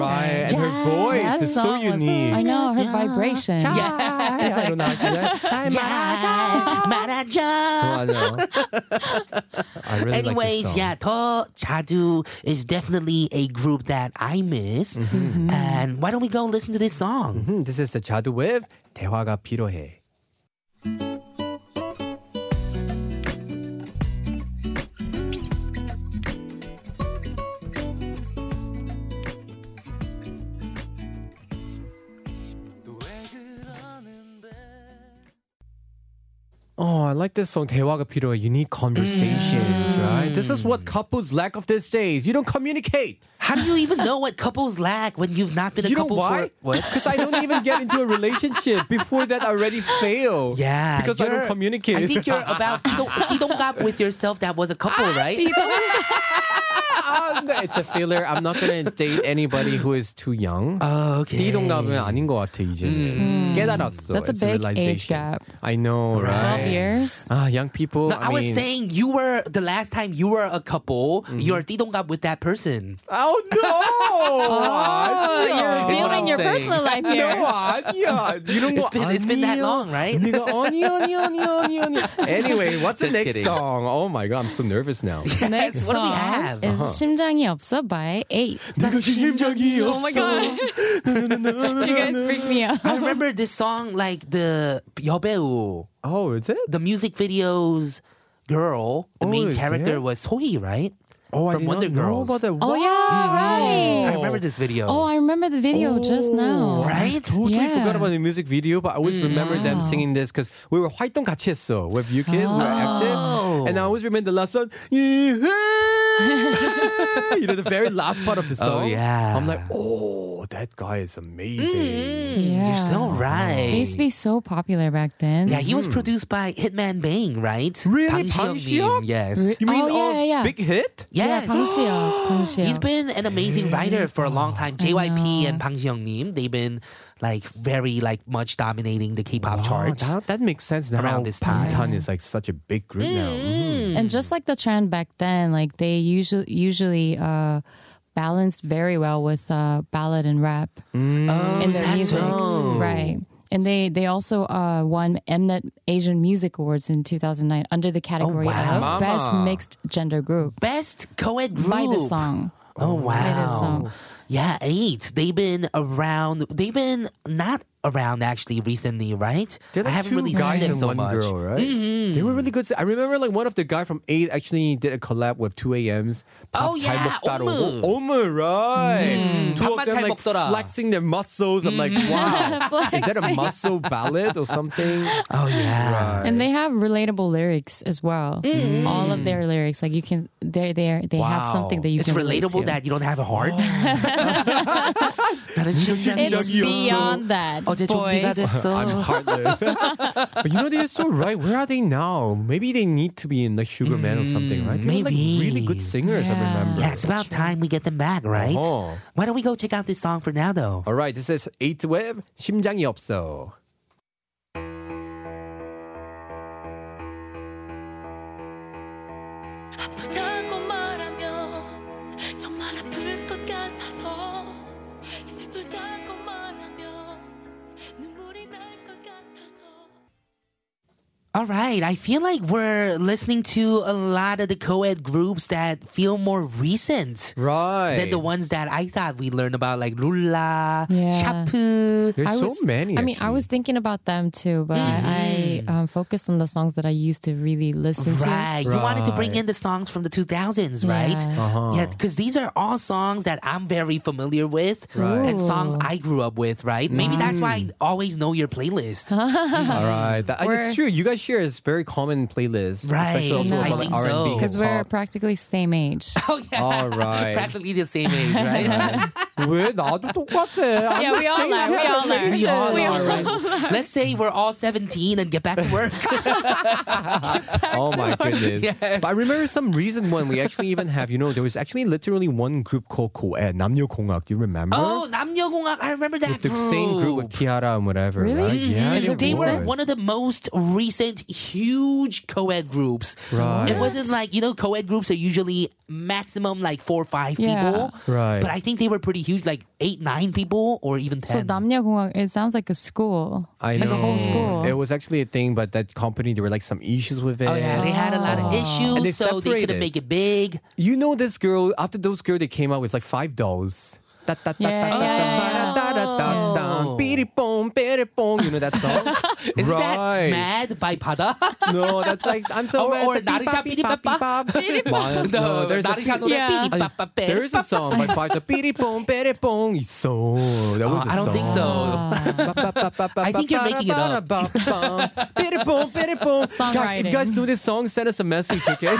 Speaker 1: right and her voice
Speaker 7: That
Speaker 1: is so
Speaker 7: song was-
Speaker 1: unique
Speaker 7: I know her vibration.
Speaker 1: yeah I don't know how to do that
Speaker 2: 잘 말아줘.
Speaker 1: Oh, I know. I really like this
Speaker 2: Anyways,
Speaker 1: song.
Speaker 2: yeah, To Chadu is definitely a group that I miss.
Speaker 1: Mm-hmm.
Speaker 2: And why don't we go listen to this song?
Speaker 1: Hmm, this is the Jadu with 대화가 필요해 Oh, I like this song. 대화가 필요해. You need conversations, right? This is what couples lack of these days. You don't communicate.
Speaker 2: How do you even know what couples lack when you've not been a
Speaker 1: you know
Speaker 2: couple
Speaker 1: why?
Speaker 2: for what?
Speaker 1: Because I don't even get into a relationship. Before that, I already fail.
Speaker 2: Yeah,
Speaker 1: Because I don't
Speaker 2: you're-
Speaker 1: communicate. Ah,
Speaker 2: I think you're about didong up with yourself. That was a couple, right?
Speaker 1: I "Ah, no, it's a filler. I'm not gonna date anybody who is too young.
Speaker 2: 아, 오케이.
Speaker 1: 띠동갑은 아닌 것 같아 이제는. 깨달았어.
Speaker 7: That's a
Speaker 1: It's a
Speaker 7: big
Speaker 1: realization.
Speaker 7: age gap.
Speaker 1: I know, right?
Speaker 7: 12 years.
Speaker 1: Ah, young people.
Speaker 2: No,
Speaker 1: I,
Speaker 2: I, was
Speaker 1: mean, Mm-hmm.
Speaker 2: saying you were the last time you were a couple. You are 띠동갑 with that person.
Speaker 1: Oh no!
Speaker 7: Oh, you're
Speaker 1: That's what
Speaker 7: revealing
Speaker 1: I'm
Speaker 7: your
Speaker 1: saying.
Speaker 7: personal life here.
Speaker 1: No, 아니야. 이런 거
Speaker 2: It's been- it's been that
Speaker 1: 아니야.
Speaker 2: long, right?
Speaker 1: 네가 아니야, 아니야, 아니야, 아니야, 아니야. Anyway, what's the
Speaker 2: Just
Speaker 1: next
Speaker 2: kidding.
Speaker 1: song? Oh my god, I'm so nervous now.
Speaker 7: Next
Speaker 2: what do we
Speaker 7: song
Speaker 2: have? Uh-huh.
Speaker 7: is 심장이 없어 by eight.
Speaker 1: oh
Speaker 7: my God. You guys freak me out.
Speaker 2: I remember this song like the 여배우,
Speaker 1: Oh, is it?
Speaker 2: the music videos girl. The
Speaker 1: Oh,
Speaker 2: main
Speaker 1: is
Speaker 2: character
Speaker 1: it?
Speaker 2: was Sohee, right?
Speaker 1: Oh, I
Speaker 2: From
Speaker 1: did
Speaker 2: Wonder
Speaker 1: not know
Speaker 2: Girls.
Speaker 1: about that.
Speaker 7: Oh yeah,
Speaker 2: I
Speaker 7: right.
Speaker 2: remember this video.
Speaker 7: Oh, I remember the video just now.
Speaker 2: right?
Speaker 1: totally
Speaker 7: Yeah.
Speaker 1: forgot about the music video, but I always remember them singing this because we were 활동 같이 했어 with you kids, we were active, and I always remember the last part. you know, the very last part of the song.
Speaker 2: yeah.
Speaker 1: I'm like, oh, that guy is amazing.
Speaker 7: Yeah.
Speaker 2: Mm, You're so
Speaker 7: They used
Speaker 2: right.
Speaker 7: to be so popular back then.
Speaker 2: Yeah, he was produced by Hitman Bang, right?
Speaker 1: Mm-hmm. Really?
Speaker 2: Bang
Speaker 1: Bang Siok?
Speaker 2: Yes.
Speaker 1: You mean
Speaker 7: Oh, yeah,
Speaker 1: of
Speaker 7: yeah, yeah.
Speaker 1: big hit?
Speaker 7: Yeah,
Speaker 2: Yes.
Speaker 7: Bang Seo, Bang Seo.
Speaker 2: He's been an amazing writer for a long time. JYP and Bang Seong Nim, they've been like very like much dominating the K-pop
Speaker 1: Wow,
Speaker 2: charts.
Speaker 1: That, that makes sense now.
Speaker 2: Around this
Speaker 1: Bangtan
Speaker 2: time.
Speaker 1: is like such a big group now.
Speaker 7: and just like the trend back then, like they usually usually uh, balanced very well with uh, ballad and rap in their
Speaker 2: that's
Speaker 7: music,
Speaker 2: Oh, so.
Speaker 7: right? And they they also uh, won Mnet Asian Music Awards in 2009 under the category
Speaker 2: Oh, wow.
Speaker 7: of best
Speaker 1: Mama.
Speaker 7: mixed gender group
Speaker 2: Best co-ed group.
Speaker 7: by the song.
Speaker 2: Oh wow.
Speaker 7: this song.
Speaker 2: Yeah, eight. They've been around. They've been not around actually recently, right?
Speaker 1: They're
Speaker 2: I
Speaker 1: like
Speaker 2: haven't
Speaker 1: two
Speaker 2: really
Speaker 1: guys
Speaker 2: seen them
Speaker 1: and
Speaker 2: so
Speaker 1: one
Speaker 2: much. Mm-hmm.
Speaker 1: girl, right? They were really good. I remember like one of the guy from Eight actually did a collab with Two AM's.
Speaker 2: Oh,
Speaker 1: 밥 잘
Speaker 2: yeah,
Speaker 1: 먹다라고.
Speaker 2: Omu. Mm.
Speaker 1: Omu, right? Two of
Speaker 2: 밥만
Speaker 1: them
Speaker 2: 잘
Speaker 1: like
Speaker 2: 먹더라.
Speaker 1: flexing their muscles. I'm like,
Speaker 2: Mm.
Speaker 1: wow, is that a muscle ballad or something?
Speaker 2: Oh yeah.
Speaker 7: And they have relatable lyrics as well.
Speaker 2: Mm.
Speaker 7: All of their lyrics, like you can, they're there. They have something that you
Speaker 2: it's
Speaker 7: can relate
Speaker 2: relatable
Speaker 7: to.
Speaker 2: that you don't have a heart. 나는
Speaker 7: it's
Speaker 1: 심장이
Speaker 2: 심장이 없어.
Speaker 7: beyond that,
Speaker 2: 어제 좀비가
Speaker 7: boys.
Speaker 2: 됐어.
Speaker 1: I'm heartless. but you know they're so right. Where are they now? Maybe they need to be in like Sugar Man or something, right? They were, like
Speaker 2: Mm, maybe.
Speaker 1: really good singers. I
Speaker 7: Yeah.
Speaker 1: remember.
Speaker 2: Yeah, it's about time we get them back, right?
Speaker 1: Uh-huh.
Speaker 2: Why don't we go check out this song for now, though?
Speaker 1: All right, this is Eight Web. 심장이 없어.
Speaker 6: 아프다고 말하면 정말 아플 것 같아서 슬프다고 말하면 눈물이 날 것 같아서
Speaker 2: All right, I feel like we're listening to a lot of the co ed groups that feel more recent.
Speaker 1: Right.
Speaker 2: Than the ones that I thought we learned about, like Lula,
Speaker 7: Yeah.
Speaker 2: Shapu.
Speaker 1: There's
Speaker 7: I
Speaker 1: so
Speaker 7: was-
Speaker 1: many.
Speaker 7: I mean, I
Speaker 1: actually.
Speaker 7: was thinking about them too, but I, I um, focused on the songs that I used to really listen
Speaker 2: Mm-hmm. Right. You wanted to bring in the songs from the 2000s, right?
Speaker 7: Yeah.
Speaker 2: Yeah, because these are all songs that I'm very familiar with and songs I grew up with, right? Maybe that's why I always know your playlist.
Speaker 7: Uh-huh.
Speaker 1: All right, that, it's
Speaker 7: We're-
Speaker 1: true. You guys share is very common playlist,
Speaker 2: Right.
Speaker 1: Especially also
Speaker 7: I
Speaker 1: about
Speaker 7: think
Speaker 1: R&B,
Speaker 2: so.
Speaker 7: to because we're
Speaker 1: hip-hop.
Speaker 7: practically same age.
Speaker 2: Oh, yeah.
Speaker 1: All right.
Speaker 2: Practically the same age, right?
Speaker 1: 왜 나도 똑같아? I'm
Speaker 7: Yeah, we
Speaker 1: the
Speaker 7: all
Speaker 1: same
Speaker 7: are, we all are.
Speaker 1: generation.
Speaker 2: We all
Speaker 7: We
Speaker 2: are.
Speaker 7: all-
Speaker 2: right? Let's say we're all 17 and get back to work.
Speaker 7: Uh-huh.
Speaker 1: Oh my goodness!
Speaker 2: Yes.
Speaker 1: But I remember some reason when we actually even have, you know, there was actually literally one group called Koe 남녀 공학. Do you remember?
Speaker 2: oh, 남녀공학. I remember that
Speaker 1: the
Speaker 2: group.
Speaker 1: same group with Tiara and whatever.
Speaker 7: Really?
Speaker 1: Right? Yeah,
Speaker 7: Is
Speaker 1: there
Speaker 7: it
Speaker 2: They were
Speaker 7: Yes.
Speaker 1: was.
Speaker 2: one of the most recent huge co-ed groups.
Speaker 1: Right.
Speaker 2: It wasn't like, you know, co-ed groups are usually maximum like four or five
Speaker 7: Yeah.
Speaker 2: people.
Speaker 1: Right.
Speaker 2: But I think they were pretty huge, like eight, nine people or even
Speaker 7: So
Speaker 2: ten.
Speaker 7: Damnyeonghwang, it sounds like a school,
Speaker 1: I
Speaker 7: like
Speaker 1: know.
Speaker 7: a whole school.
Speaker 1: It was actually a thing, but that company there were like some issues with it.
Speaker 2: Oh yeah, they had a lot
Speaker 7: Ah.
Speaker 2: of issues,
Speaker 1: And they
Speaker 2: so they
Speaker 1: separated.
Speaker 2: couldn't make it big.
Speaker 1: You know this girl, after those girl they came out with like five dolls. Oh. Da, da, da,
Speaker 7: Yeah,
Speaker 1: da, da, da,
Speaker 7: yeah,
Speaker 1: da, da, da, da. Beady-bong, beady-bong. You know that song?
Speaker 2: Is
Speaker 1: right.
Speaker 2: that Mad by Pada?
Speaker 1: No, that's like I'm so
Speaker 2: Or-
Speaker 1: mad.
Speaker 2: or
Speaker 1: Beep,
Speaker 2: Narisha
Speaker 1: beep, bop, beep, bop. Well,
Speaker 2: no,
Speaker 1: No, there's a beep-
Speaker 2: Narisha 노래
Speaker 7: Yeah.
Speaker 1: I-
Speaker 2: 삐리빠빠
Speaker 1: Oh, there is a song by Five the Beady Bong Beady Bong. It's so that
Speaker 7: Oh,
Speaker 1: was
Speaker 2: I don't think so.
Speaker 1: I
Speaker 2: I think you're making it up.
Speaker 1: Beady Bong Beady Bong. Guys, if you
Speaker 7: Songwriting.
Speaker 1: guys know this song, send us a message, okay?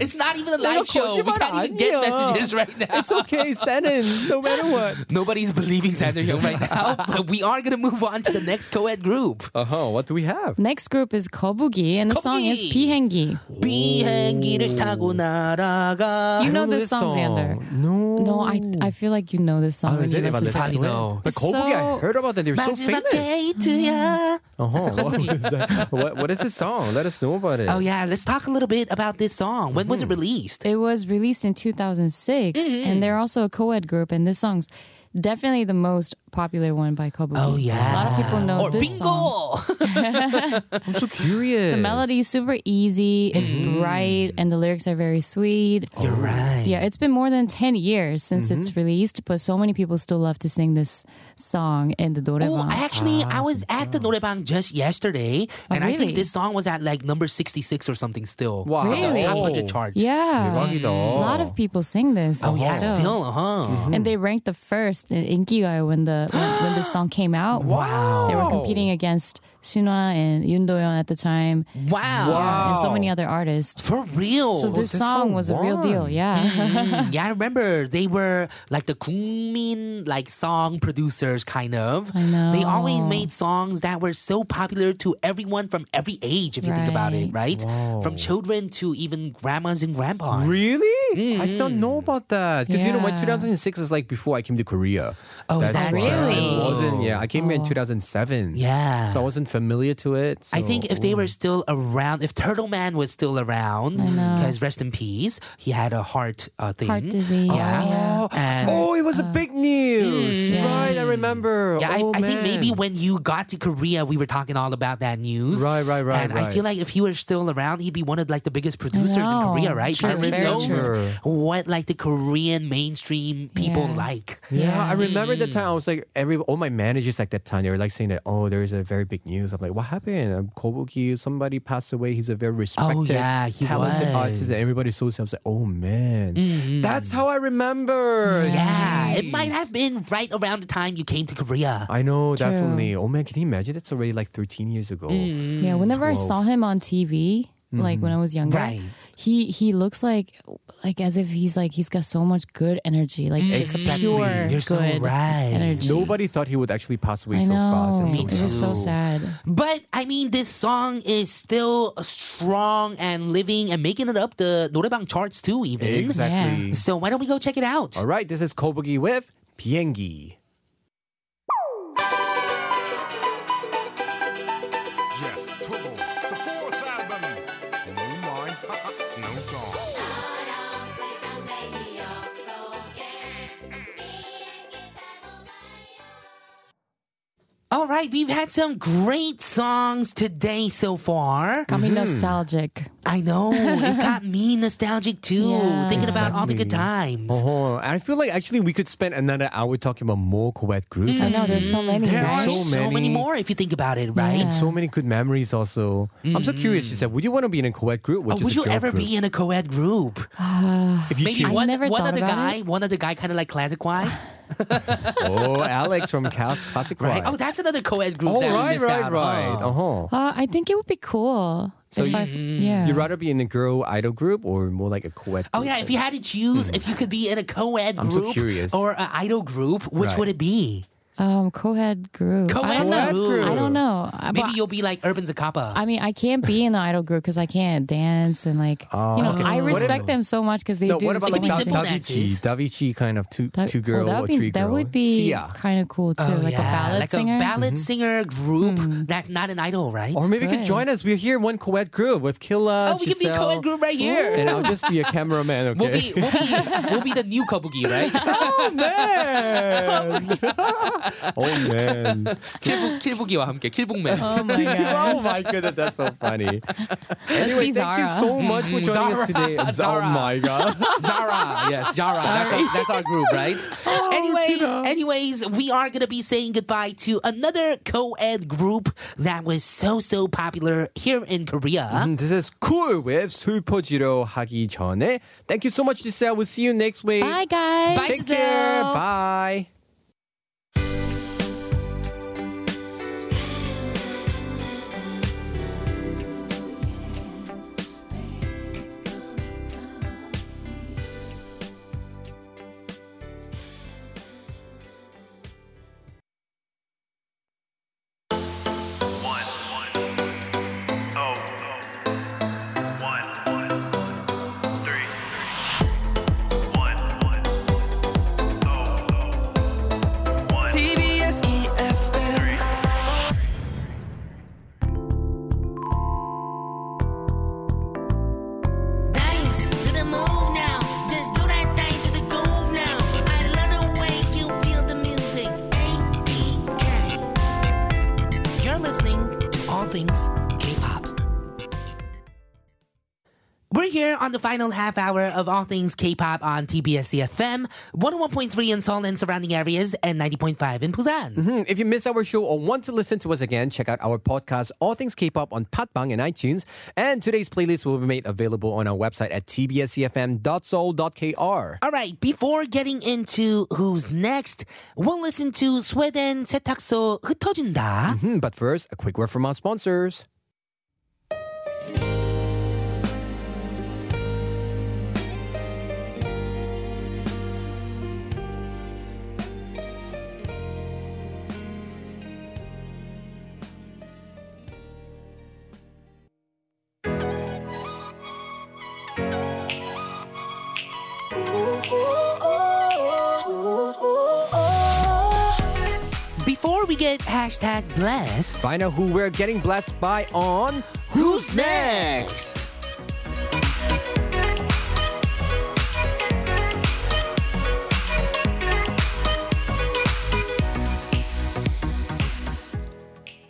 Speaker 2: It's not even a live show. We
Speaker 1: 거짓말
Speaker 2: can't even get
Speaker 1: 아니야.
Speaker 2: messages right now.
Speaker 1: It's okay, send in no matter what.
Speaker 2: Nobody's believing Alexander Young right now, but we are going to move on to the next co-ed group.
Speaker 1: Uh huh. What do we have?
Speaker 7: Next group is Kobugi, and the song is
Speaker 2: Kobugi.
Speaker 7: 비행기.
Speaker 2: 비행기를 타고 날아가.
Speaker 7: You know
Speaker 1: I don't
Speaker 7: this song, Xander.
Speaker 1: No.
Speaker 7: No, I I feel like you know this song.
Speaker 1: Oh,
Speaker 7: when
Speaker 1: is
Speaker 7: you
Speaker 1: it? If I
Speaker 7: listen
Speaker 1: listen
Speaker 7: to
Speaker 2: Entirely
Speaker 1: to it.
Speaker 2: no.
Speaker 1: But Kobugi, I
Speaker 7: So-
Speaker 1: heard about that. They were so
Speaker 2: 마지막
Speaker 1: famous.
Speaker 2: 데이트야.
Speaker 1: Uh-huh. What, is that? What, what is this song? Let us know about it.
Speaker 2: Oh yeah, let's talk a little bit about this song. When was it
Speaker 7: Mm-hmm.
Speaker 2: released?
Speaker 7: It was released in 2006, and they're also a co-ed group, and this song's definitely the most popular one by Kobugi.
Speaker 2: Oh yeah,
Speaker 7: a lot of people know
Speaker 2: or
Speaker 7: this
Speaker 2: bingo.
Speaker 7: song.
Speaker 1: I'm so curious.
Speaker 7: The melody is super easy, it's bright, and the lyrics are very sweet.
Speaker 2: You're right.
Speaker 7: Yeah, it's been more than 10 years since it's released, but so many people still love to sing this song in the
Speaker 2: Oh,
Speaker 7: 노래방.
Speaker 2: actually, I was at the 노래방 just yesterday, and I think
Speaker 7: Ah, Oh, really?
Speaker 2: this song was at like number 66 or something still.
Speaker 1: Wow.
Speaker 2: on the
Speaker 7: Really?
Speaker 2: top 100 charts.
Speaker 7: yeah.
Speaker 1: 대박이다.
Speaker 7: A lot of people sing this.
Speaker 2: Oh, yeah, still, uh huh.
Speaker 7: And they ranked the first in Inkigayo when the when, when this song came out. Wow. They were competing against Shinwa and Yoon Do-yeon at the time.
Speaker 2: Wow. Oh,
Speaker 7: Yeah, and so many other artists.
Speaker 2: For real.
Speaker 7: So this,
Speaker 1: this
Speaker 7: song
Speaker 1: song
Speaker 7: was a real
Speaker 1: won.
Speaker 7: deal, yeah.
Speaker 2: Mm, yeah, I remember they were like the 국민 like song producers kind of.
Speaker 7: I know.
Speaker 2: They always made songs that were so popular to everyone from every age if you think about it, right? From children to even grandmas and grandpas.
Speaker 1: Really? I don't know about that. Because you know, my
Speaker 7: Yeah.
Speaker 1: 2006 is like before I came to Korea.
Speaker 2: Oh, is that Oh.
Speaker 1: That's why
Speaker 7: Really?
Speaker 1: I wasn't. Yeah, I came here in 2007.
Speaker 2: Yeah.
Speaker 1: So I wasn't familiar to it.
Speaker 2: I think
Speaker 1: so-
Speaker 2: if they were still around, if Turtle Man was still around, because rest in peace, he had a heart uh, thing.
Speaker 7: Heart disease.
Speaker 2: Yeah.
Speaker 7: yeah.
Speaker 2: And
Speaker 1: Oh, it was a big news.
Speaker 7: yeah.
Speaker 1: Right, I remember.
Speaker 2: yeah, I,
Speaker 1: Oh,
Speaker 2: I think maybe
Speaker 1: man.
Speaker 2: when you got to Korea, we were talking all about that news.
Speaker 1: Right, right, right,
Speaker 2: And I
Speaker 1: right.
Speaker 2: feel like if he were still around, he'd be one of like the biggest producers in
Speaker 7: know.
Speaker 2: Korea, right?
Speaker 7: True,
Speaker 2: Because he
Speaker 7: very
Speaker 2: knows
Speaker 1: true.
Speaker 2: what like the Korean mainstream people
Speaker 7: Yeah.
Speaker 2: like.
Speaker 1: Yeah, I remember the time I was like every all my managers like that time they were like saying that oh there is a very big news. I'm like what happened? Um, Kobuki somebody passed away. He's a very respected,
Speaker 2: Oh, yeah, he
Speaker 1: talented
Speaker 2: was. Mm-hmm.
Speaker 1: artist, and everybody so I was like oh man, that's how I remember.
Speaker 2: Yeah, it might have been right around the time you came to Korea.
Speaker 1: I know definitely. Oh man, can you imagine? That's already like 13 years ago.
Speaker 2: Mm-hmm.
Speaker 7: Yeah, whenever I saw him on TV,
Speaker 1: Mm-hmm.
Speaker 7: like when I was younger,
Speaker 2: Right.
Speaker 7: he he looks like like as if he's like he's got so much good energy, like just
Speaker 2: Mm-hmm. Exactly.
Speaker 7: pure
Speaker 2: You're so
Speaker 7: good
Speaker 2: right.
Speaker 7: energy.
Speaker 1: Nobody thought he would actually pass away
Speaker 7: I
Speaker 1: so fast.
Speaker 7: know.
Speaker 1: And so
Speaker 7: It was so sad.
Speaker 2: But I mean, this song is still strong and living and making it up the 노래방 charts too, even.
Speaker 1: Exactly.
Speaker 2: So why don't we go check it out?
Speaker 1: All right, this is Kobuki with Piengi.
Speaker 8: Yes, Tuggles, the fourth album. No mind, no song.
Speaker 2: All right, we've had some great songs today so far.
Speaker 7: Got me nostalgic.
Speaker 2: I know it got me nostalgic too,
Speaker 7: Yeah.
Speaker 2: thinking about all the good times.
Speaker 1: Oh, I feel like actually we could spend another hour talking about more co-ed groups.
Speaker 7: I know there's so many.
Speaker 2: There
Speaker 7: right?
Speaker 2: are
Speaker 1: so
Speaker 2: so many.
Speaker 1: many.
Speaker 2: more if you think about it, right?
Speaker 1: And so many good memories also. I'm so curious, Giselle, would you want to be in a co-ed group? Or
Speaker 2: Oh,
Speaker 1: just
Speaker 2: would
Speaker 1: a
Speaker 2: you
Speaker 1: girl
Speaker 2: ever
Speaker 1: group?
Speaker 2: be in a co-ed group?
Speaker 1: If you
Speaker 2: Maybe
Speaker 1: choose-
Speaker 7: I
Speaker 2: one,
Speaker 7: never
Speaker 2: one
Speaker 7: thought
Speaker 2: other
Speaker 7: about
Speaker 2: guy,
Speaker 7: it.
Speaker 2: one other guy, kind of like Classic Y,
Speaker 1: Oh, Alex from Cas- Classic
Speaker 2: right?
Speaker 1: Rock.
Speaker 2: Oh, that's another co-ed group
Speaker 1: Oh,
Speaker 2: that Oh. we
Speaker 1: right,
Speaker 2: missed
Speaker 1: right,
Speaker 2: out
Speaker 1: right.
Speaker 2: on.
Speaker 1: Uh-huh.
Speaker 7: Uh, I think it would be cool. So if I,
Speaker 2: Mm-hmm.
Speaker 7: yeah,
Speaker 1: You'd rather be in a girl idol group or more like a co-ed
Speaker 2: Oh
Speaker 1: group?
Speaker 2: yeah, if you had to choose, if you could be in a co-ed
Speaker 1: I'm so
Speaker 2: group
Speaker 1: curious.
Speaker 2: or an idol group, which
Speaker 1: Right.
Speaker 2: would it be?
Speaker 7: Um, co-head group. I
Speaker 2: Co-ed
Speaker 7: don't know.
Speaker 2: group.
Speaker 7: I don't know. I-
Speaker 2: Maybe
Speaker 7: but-
Speaker 2: you'll be like Urban Zacapa.
Speaker 7: I mean, I can't be in an idol group because I can't dance and like you know.
Speaker 1: Oh, okay.
Speaker 7: I
Speaker 1: What if-
Speaker 7: respect them so much because they
Speaker 1: No,
Speaker 7: do.
Speaker 1: what about
Speaker 7: so
Speaker 1: like
Speaker 2: be
Speaker 1: Da-
Speaker 7: many
Speaker 2: simple
Speaker 7: things.
Speaker 1: Davichi?
Speaker 2: dances.
Speaker 1: Davichi kind of two,
Speaker 7: That-
Speaker 1: two
Speaker 7: oh,
Speaker 1: girl
Speaker 7: that
Speaker 1: or
Speaker 7: would
Speaker 1: three
Speaker 7: be,
Speaker 1: girl.
Speaker 7: That would be
Speaker 1: Sia.
Speaker 7: kind of cool too, like a ballad
Speaker 2: Oh, like
Speaker 7: singer. Mm-hmm.
Speaker 2: a ballad singer group that's not an idol, right?
Speaker 1: Mm-hmm. Or maybe you could
Speaker 7: Good.
Speaker 1: join us. We're here in one co-ed group with Killa.
Speaker 2: oh, we can be
Speaker 1: Giselle,
Speaker 2: co-ed group right here.
Speaker 1: And I'll just be a cameraman, okay?
Speaker 2: We'll be we'll be we'll be the new Kabuki, right?
Speaker 1: Oh man! oh man!
Speaker 2: 킬북 킬북이와 함께 킬북맨.
Speaker 7: oh my god!
Speaker 1: Oh my goodness, that's so funny. Anyway,
Speaker 7: be
Speaker 1: thank you
Speaker 7: Zara.
Speaker 1: so much for joining us today.
Speaker 2: Zara.
Speaker 1: Oh my god!
Speaker 2: Zara, yes, Zara. That's our, that's our group, right? anyways, anyways, we are gonna be saying goodbye to another co-ed group that was so so popular here in Korea.
Speaker 1: And this is cool with Super Jiro 하기 전에. Thank you so much, Giselle. We'll see you next week.
Speaker 7: Bye guys.
Speaker 2: Bye,
Speaker 1: Take care.
Speaker 2: Giselle.
Speaker 1: Bye.
Speaker 4: E
Speaker 2: on the final half hour of all things K-pop on TBS CFM, 101.3 in Seoul and surrounding areas, and 90.5 in Busan.
Speaker 1: Hmm, If you missed our show or want to listen to us again, check out our podcast, All Things K-Pop, on Patbang and iTunes. And today's playlist will be made available on our website at tbscfm.soul.kr.
Speaker 2: All right, before getting into who's next, we'll listen to Sweden 세탁소 흩어진다.
Speaker 1: Hmm, but first, a quick word from our sponsors.
Speaker 2: Before we get hashtag blessed,
Speaker 1: Find out who we're getting blessed by on
Speaker 2: who's next?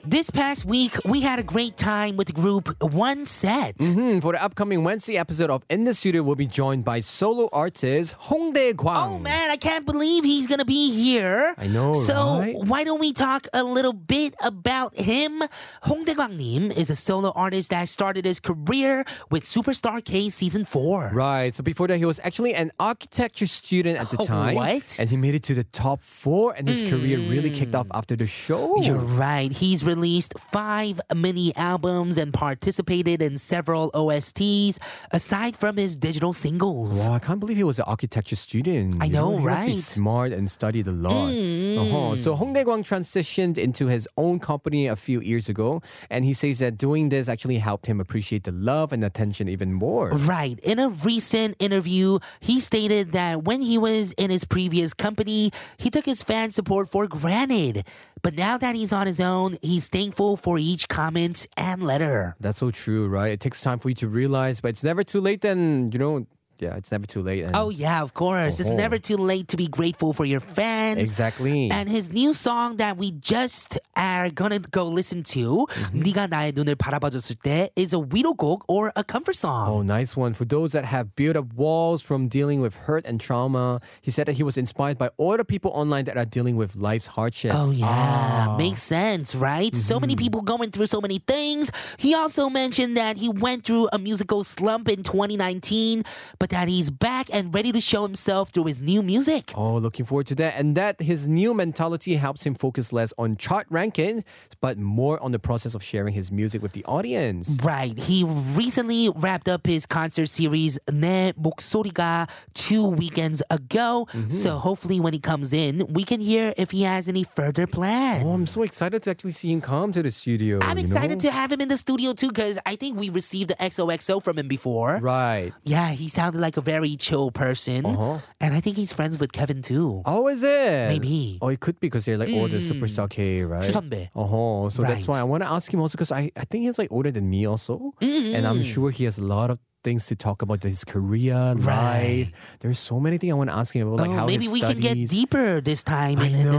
Speaker 2: This past week, we had a great time with the group One Set.
Speaker 1: Hmm, for the upcoming Wednesday episode of In the Studio, we'll be joined by solo artist Hongdae Kwang.
Speaker 2: Oh man, I can't believe he's gonna be here.
Speaker 1: I know,
Speaker 2: So
Speaker 1: right?
Speaker 2: why don't we talk a little bit about him? Hong Dae-kwang Nim is a solo artist that started his career with Superstar K season four.
Speaker 1: Right. So before that, he was actually an architecture student at the
Speaker 2: Oh,
Speaker 1: time.
Speaker 2: what? Hmm.
Speaker 1: And he made it to the top four, and his career really kicked off after the show.
Speaker 2: You're right. He's released five mini albums and participated in several OSTs aside from his digital singles.
Speaker 1: Wow, I can't believe he was an architecture student.
Speaker 2: I
Speaker 1: you
Speaker 2: know,
Speaker 1: he must be
Speaker 2: right? Mm.
Speaker 1: smart and studied a lot. Uh-huh. So Hongdae Kwang transitioned into his own company a few years ago, and he says that doing this actually helped him appreciate the love and attention even more.
Speaker 2: Right. In a recent interview, he stated that when he was in his previous company, he took his fan support for granted. But now that he's on his own, he's thankful for each comment and letter.
Speaker 1: That's so true, right? It takes time for you to realize, but it's never too late. Then you know, yeah, it's never too late. And
Speaker 2: Oh, yeah, of course. It's
Speaker 1: Uh-huh.
Speaker 2: never too late to be grateful for your fans.
Speaker 1: exactly.
Speaker 2: And his new song that we just are gonna go listen to,
Speaker 1: Mm-hmm.
Speaker 2: 네가 나의 눈을 바라봐줬을 때, is a 위로곡 or a comfort song.
Speaker 1: Oh, nice one. For those that have built up walls from dealing with hurt and trauma, he said that he was inspired by all the people online that are dealing with life's hardships.
Speaker 2: Oh
Speaker 1: Ah.
Speaker 2: yeah, makes sense, right? So
Speaker 1: Mm-hmm.
Speaker 2: many people going through so many things. He also mentioned that he went through a musical slump in 2019, but that he's back and ready to show himself through his new music.
Speaker 1: Oh, looking forward to that. And that his new mentality helps him focus less on chart rankings, but more on the process of sharing his music with the audience.
Speaker 2: Right, he recently wrapped up his concert series 내 목소리가 two weekends ago.
Speaker 1: Mm-hmm.
Speaker 2: So hopefully, when he comes in, we can hear if he has any further plans.
Speaker 1: Oh, I'm so excited to actually see him come to the studio.
Speaker 2: I'm
Speaker 1: you
Speaker 2: excited
Speaker 1: know?
Speaker 2: to have him in the studio too, because I think we received the XOXO from him before.
Speaker 1: Right.
Speaker 2: Yeah, he sounded like a very chill person.
Speaker 1: Uh-huh.
Speaker 2: And I think he's friends with Kevin too.
Speaker 1: Oh, is it?
Speaker 2: Maybe.
Speaker 1: Oh, it could be because they're like older superstar K, right?
Speaker 2: 추선배.
Speaker 1: Uh huh. So that's
Speaker 2: Right.
Speaker 1: why I want to ask him also because I, I think he's like older than me also,
Speaker 2: Hmm.
Speaker 1: and I'm sure he has a lot of things to talk about his career, life.
Speaker 2: Right.
Speaker 1: There's so many things I want to ask him about, like
Speaker 2: Oh,
Speaker 1: how
Speaker 2: maybe
Speaker 1: his
Speaker 2: we can get
Speaker 1: studies-
Speaker 2: deeper this time
Speaker 1: I
Speaker 2: in, in the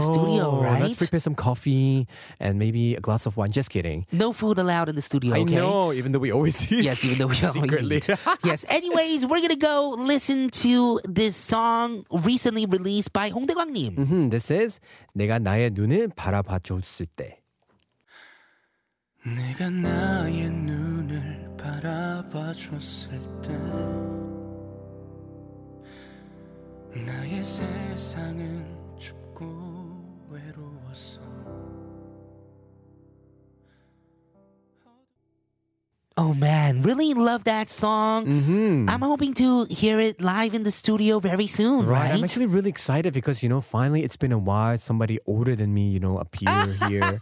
Speaker 1: know.
Speaker 2: studio, right?
Speaker 1: Let's prepare some coffee and maybe a glass of wine. Just kidding.
Speaker 2: no food allowed in the studio, okay?
Speaker 1: I know, even though we always eat.
Speaker 2: Yes, even though we always
Speaker 1: secretly.
Speaker 2: eat. yes. Anyways, we're gonna go listen to this song recently released by Hong Dae-kwang Nim.
Speaker 1: Hmm, this is 내가 나의 눈을 바라봐줬을 때.
Speaker 4: 내가 나의 눈을 바라봐 줬을 때 나의 세상은 춥고 외로웠어
Speaker 2: Oh man, really love that song.
Speaker 1: Mm-hmm. Mm.
Speaker 2: I'm hoping to hear it live in the studio very soon, right?
Speaker 1: I'm actually really excited because you know finally it's been a while somebody older than me you know appear here,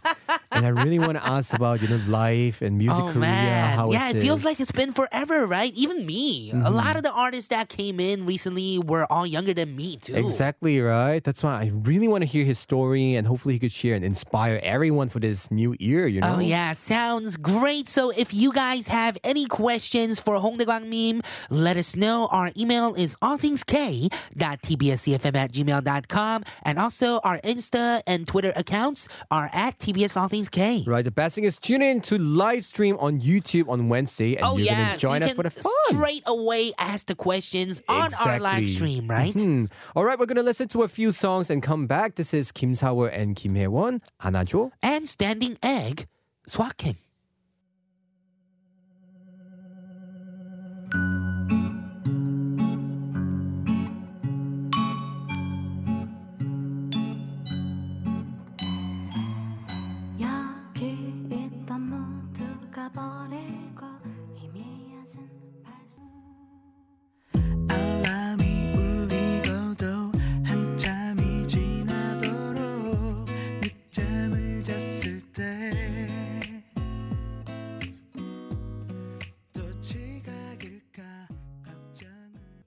Speaker 1: and I really want to ask about you know life and music
Speaker 2: oh,
Speaker 1: career.
Speaker 2: Man.
Speaker 1: How it
Speaker 2: yeah,
Speaker 1: Mm-hmm.
Speaker 2: it feels like it's been forever, right? Even me. A lot of the artists that came in recently were all younger than me too.
Speaker 1: Exactly right. That's why I really want to hear his story, and hopefully he could share and inspire everyone for this new year. You know.
Speaker 2: Oh yeah, sounds great. So if you guys have any questions for Hong Dae-kwang meme, let us know. Our email is allthingsk.tbscfm at gmail.com and also our Insta and Twitter accounts are at tbsallthingsk. is K.
Speaker 1: Right, the best thing is tune in to live stream on YouTube on Wednesday, and
Speaker 2: Oh
Speaker 1: you're
Speaker 2: yeah,
Speaker 1: gonna join
Speaker 2: so you
Speaker 1: us for the
Speaker 2: can
Speaker 1: fun.
Speaker 2: straight away ask the questions on our live
Speaker 1: Exactly.
Speaker 2: stream, right?
Speaker 1: Mhm. All right, we're gonna listen to a few songs and come back. This is Kim Sawer and Kim Hye Won. 안아줘.
Speaker 2: And standing egg, Swaking.
Speaker 9: 여기 있던 모두가 버리고 희미해진 발소
Speaker 4: 알람이 울리고도 한참이 지나도록 늦잠을 잤을 때 또 지각일까 걱정은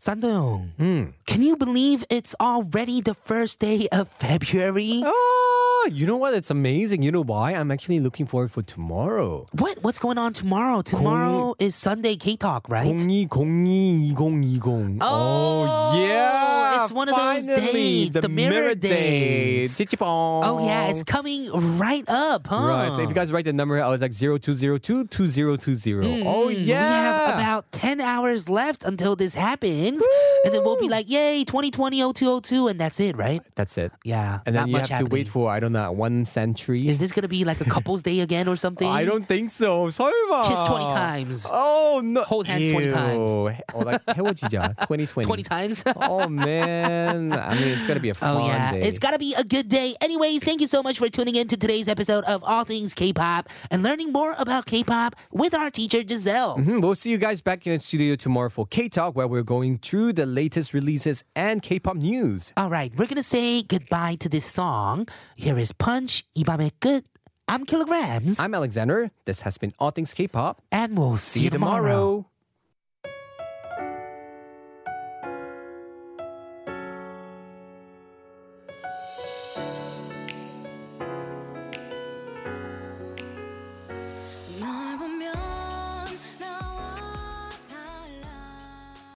Speaker 2: 산도영,
Speaker 1: Hmm.
Speaker 2: can you believe it's already the first day of February?
Speaker 1: Ah, you know what? It's amazing. You know why? I'm actually looking forward for tomorrow.
Speaker 2: What what's going on tomorrow? Tomorrow is Sunday K Talk, right?
Speaker 1: 02022020.
Speaker 2: Oh,
Speaker 1: yeah.
Speaker 2: it's one of those
Speaker 1: finally,
Speaker 2: dates,
Speaker 1: The,
Speaker 2: the mirror
Speaker 1: day.
Speaker 2: dates.
Speaker 1: Chichipong.
Speaker 2: Oh yeah, it's coming right up, huh?
Speaker 1: Right. So if you guys write the number, I was like 0202 2020. Oh, yeah.
Speaker 2: Hmm. We have about 10 hours left until this happens. And then we'll be like, yay, 2020 0202. And that's it, right?
Speaker 1: That's it.
Speaker 2: Yeah.
Speaker 1: And then
Speaker 2: not
Speaker 1: you
Speaker 2: much
Speaker 1: have to wait
Speaker 2: happening.
Speaker 1: for, I don't know, one century.
Speaker 2: Is this going to be like a couple's day again or something?
Speaker 1: I don't think so. 설마.
Speaker 2: Kiss 20 times.
Speaker 1: Oh, no.
Speaker 2: Hold hands 20 times.
Speaker 1: Ew. He- Oh, like, 헤어지자. 2020.
Speaker 2: 20 times?
Speaker 1: oh, man. I mean, it's going to be a fun
Speaker 2: Oh yeah,
Speaker 1: day.
Speaker 2: it's gotta be a good day. Anyways, thank you so much for tuning in to today's episode of All Things K-pop and learning more about K-pop with our teacher Giselle.
Speaker 1: Mhm, We'll see you guys back in the studio tomorrow for K Talk, where we're going through the latest releases and K pop news.
Speaker 2: All right, we're gonna say goodbye to this song. Here is Punch, 이 밤의 끝. I'm Kilograms,
Speaker 1: I'm Alexander. This has been All Things K pop.
Speaker 2: and we'll see,
Speaker 1: See you
Speaker 2: tomorrow.
Speaker 1: tomorrow.